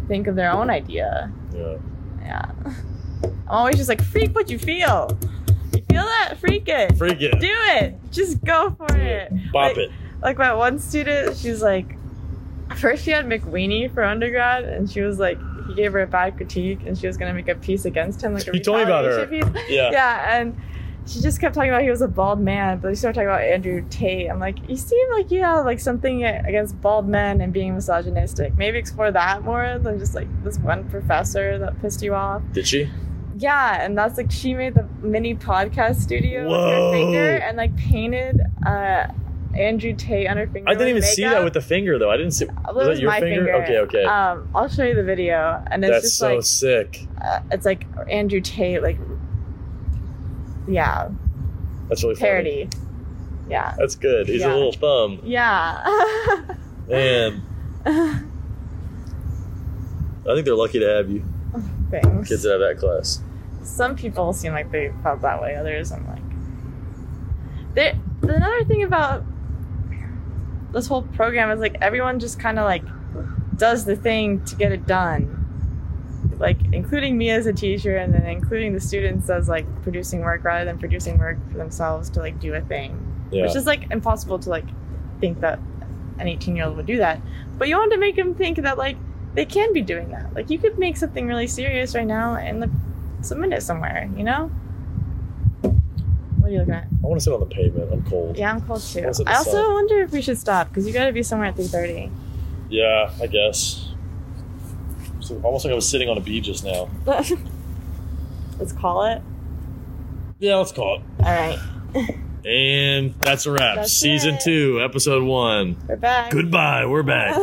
Speaker 1: think of their own idea.
Speaker 2: Yeah.
Speaker 1: Yeah. I'm always just like freak what you feel. You feel that? Freak it.
Speaker 2: Freak it.
Speaker 1: Do it. Just go for
Speaker 2: Do
Speaker 1: it.
Speaker 2: Bop
Speaker 1: Like-
Speaker 2: it.
Speaker 1: Like my one student, she's like, first she had McWeenie for undergrad, and she was like, he gave her a bad critique, and she was gonna make a piece against him, like a
Speaker 2: You told me about her.
Speaker 1: retaliation piece.
Speaker 2: Yeah.
Speaker 1: Yeah, and she just kept talking about he was a bald man, but she started talking about Andrew Tate. I'm like, you seem like you have like something against bald men and being misogynistic. Maybe explore that more than just like this one professor that pissed you off.
Speaker 2: Did she?
Speaker 1: Yeah, and that's like she made the mini podcast studio
Speaker 2: Whoa.
Speaker 1: with her finger and like painted uh Andrew Tate on her finger.
Speaker 2: I didn't even
Speaker 1: with
Speaker 2: see
Speaker 1: makeup.
Speaker 2: that with the finger though. I didn't see.
Speaker 1: Well, it
Speaker 2: was that
Speaker 1: was
Speaker 2: your
Speaker 1: my
Speaker 2: finger? Okay, okay.
Speaker 1: Um, I'll show you the video, and it's
Speaker 2: That's
Speaker 1: just
Speaker 2: so
Speaker 1: like
Speaker 2: sick.
Speaker 1: uh, it's like Andrew Tate, like yeah,
Speaker 2: That's really funny.
Speaker 1: parody, yeah,
Speaker 2: That's good. He's
Speaker 1: Yeah.
Speaker 2: a little thumb,
Speaker 1: yeah.
Speaker 2: and I think they're lucky to have you
Speaker 1: Thanks.
Speaker 2: kids that have that class.
Speaker 1: some people seem like they felt that way others i'm like there another thing about this whole program is like everyone just kind of like does the thing to get it done like including me as a teacher and then including the students as like producing work rather than producing work for themselves to like do a thing
Speaker 2: Yeah.
Speaker 1: which is like impossible to like think that an 18 year old would do that but you want to make them think that like they can be doing that like you could make something really serious right now and like, submit it somewhere you know what are you looking at
Speaker 2: I want to sit on the pavement. I'm cold.
Speaker 1: yeah i'm cold too
Speaker 2: What's it
Speaker 1: i also
Speaker 2: decide?
Speaker 1: wonder if we should stop because you got to be somewhere at 3.30
Speaker 2: Yeah, I guess. So almost like I was sitting on a bee just now.
Speaker 1: let's call it
Speaker 2: Yeah, let's call it.
Speaker 1: all right
Speaker 2: And that's a wrap.
Speaker 1: That's
Speaker 2: Season
Speaker 1: it.
Speaker 2: two, episode one.
Speaker 1: We're back.
Speaker 2: Goodbye. We're back.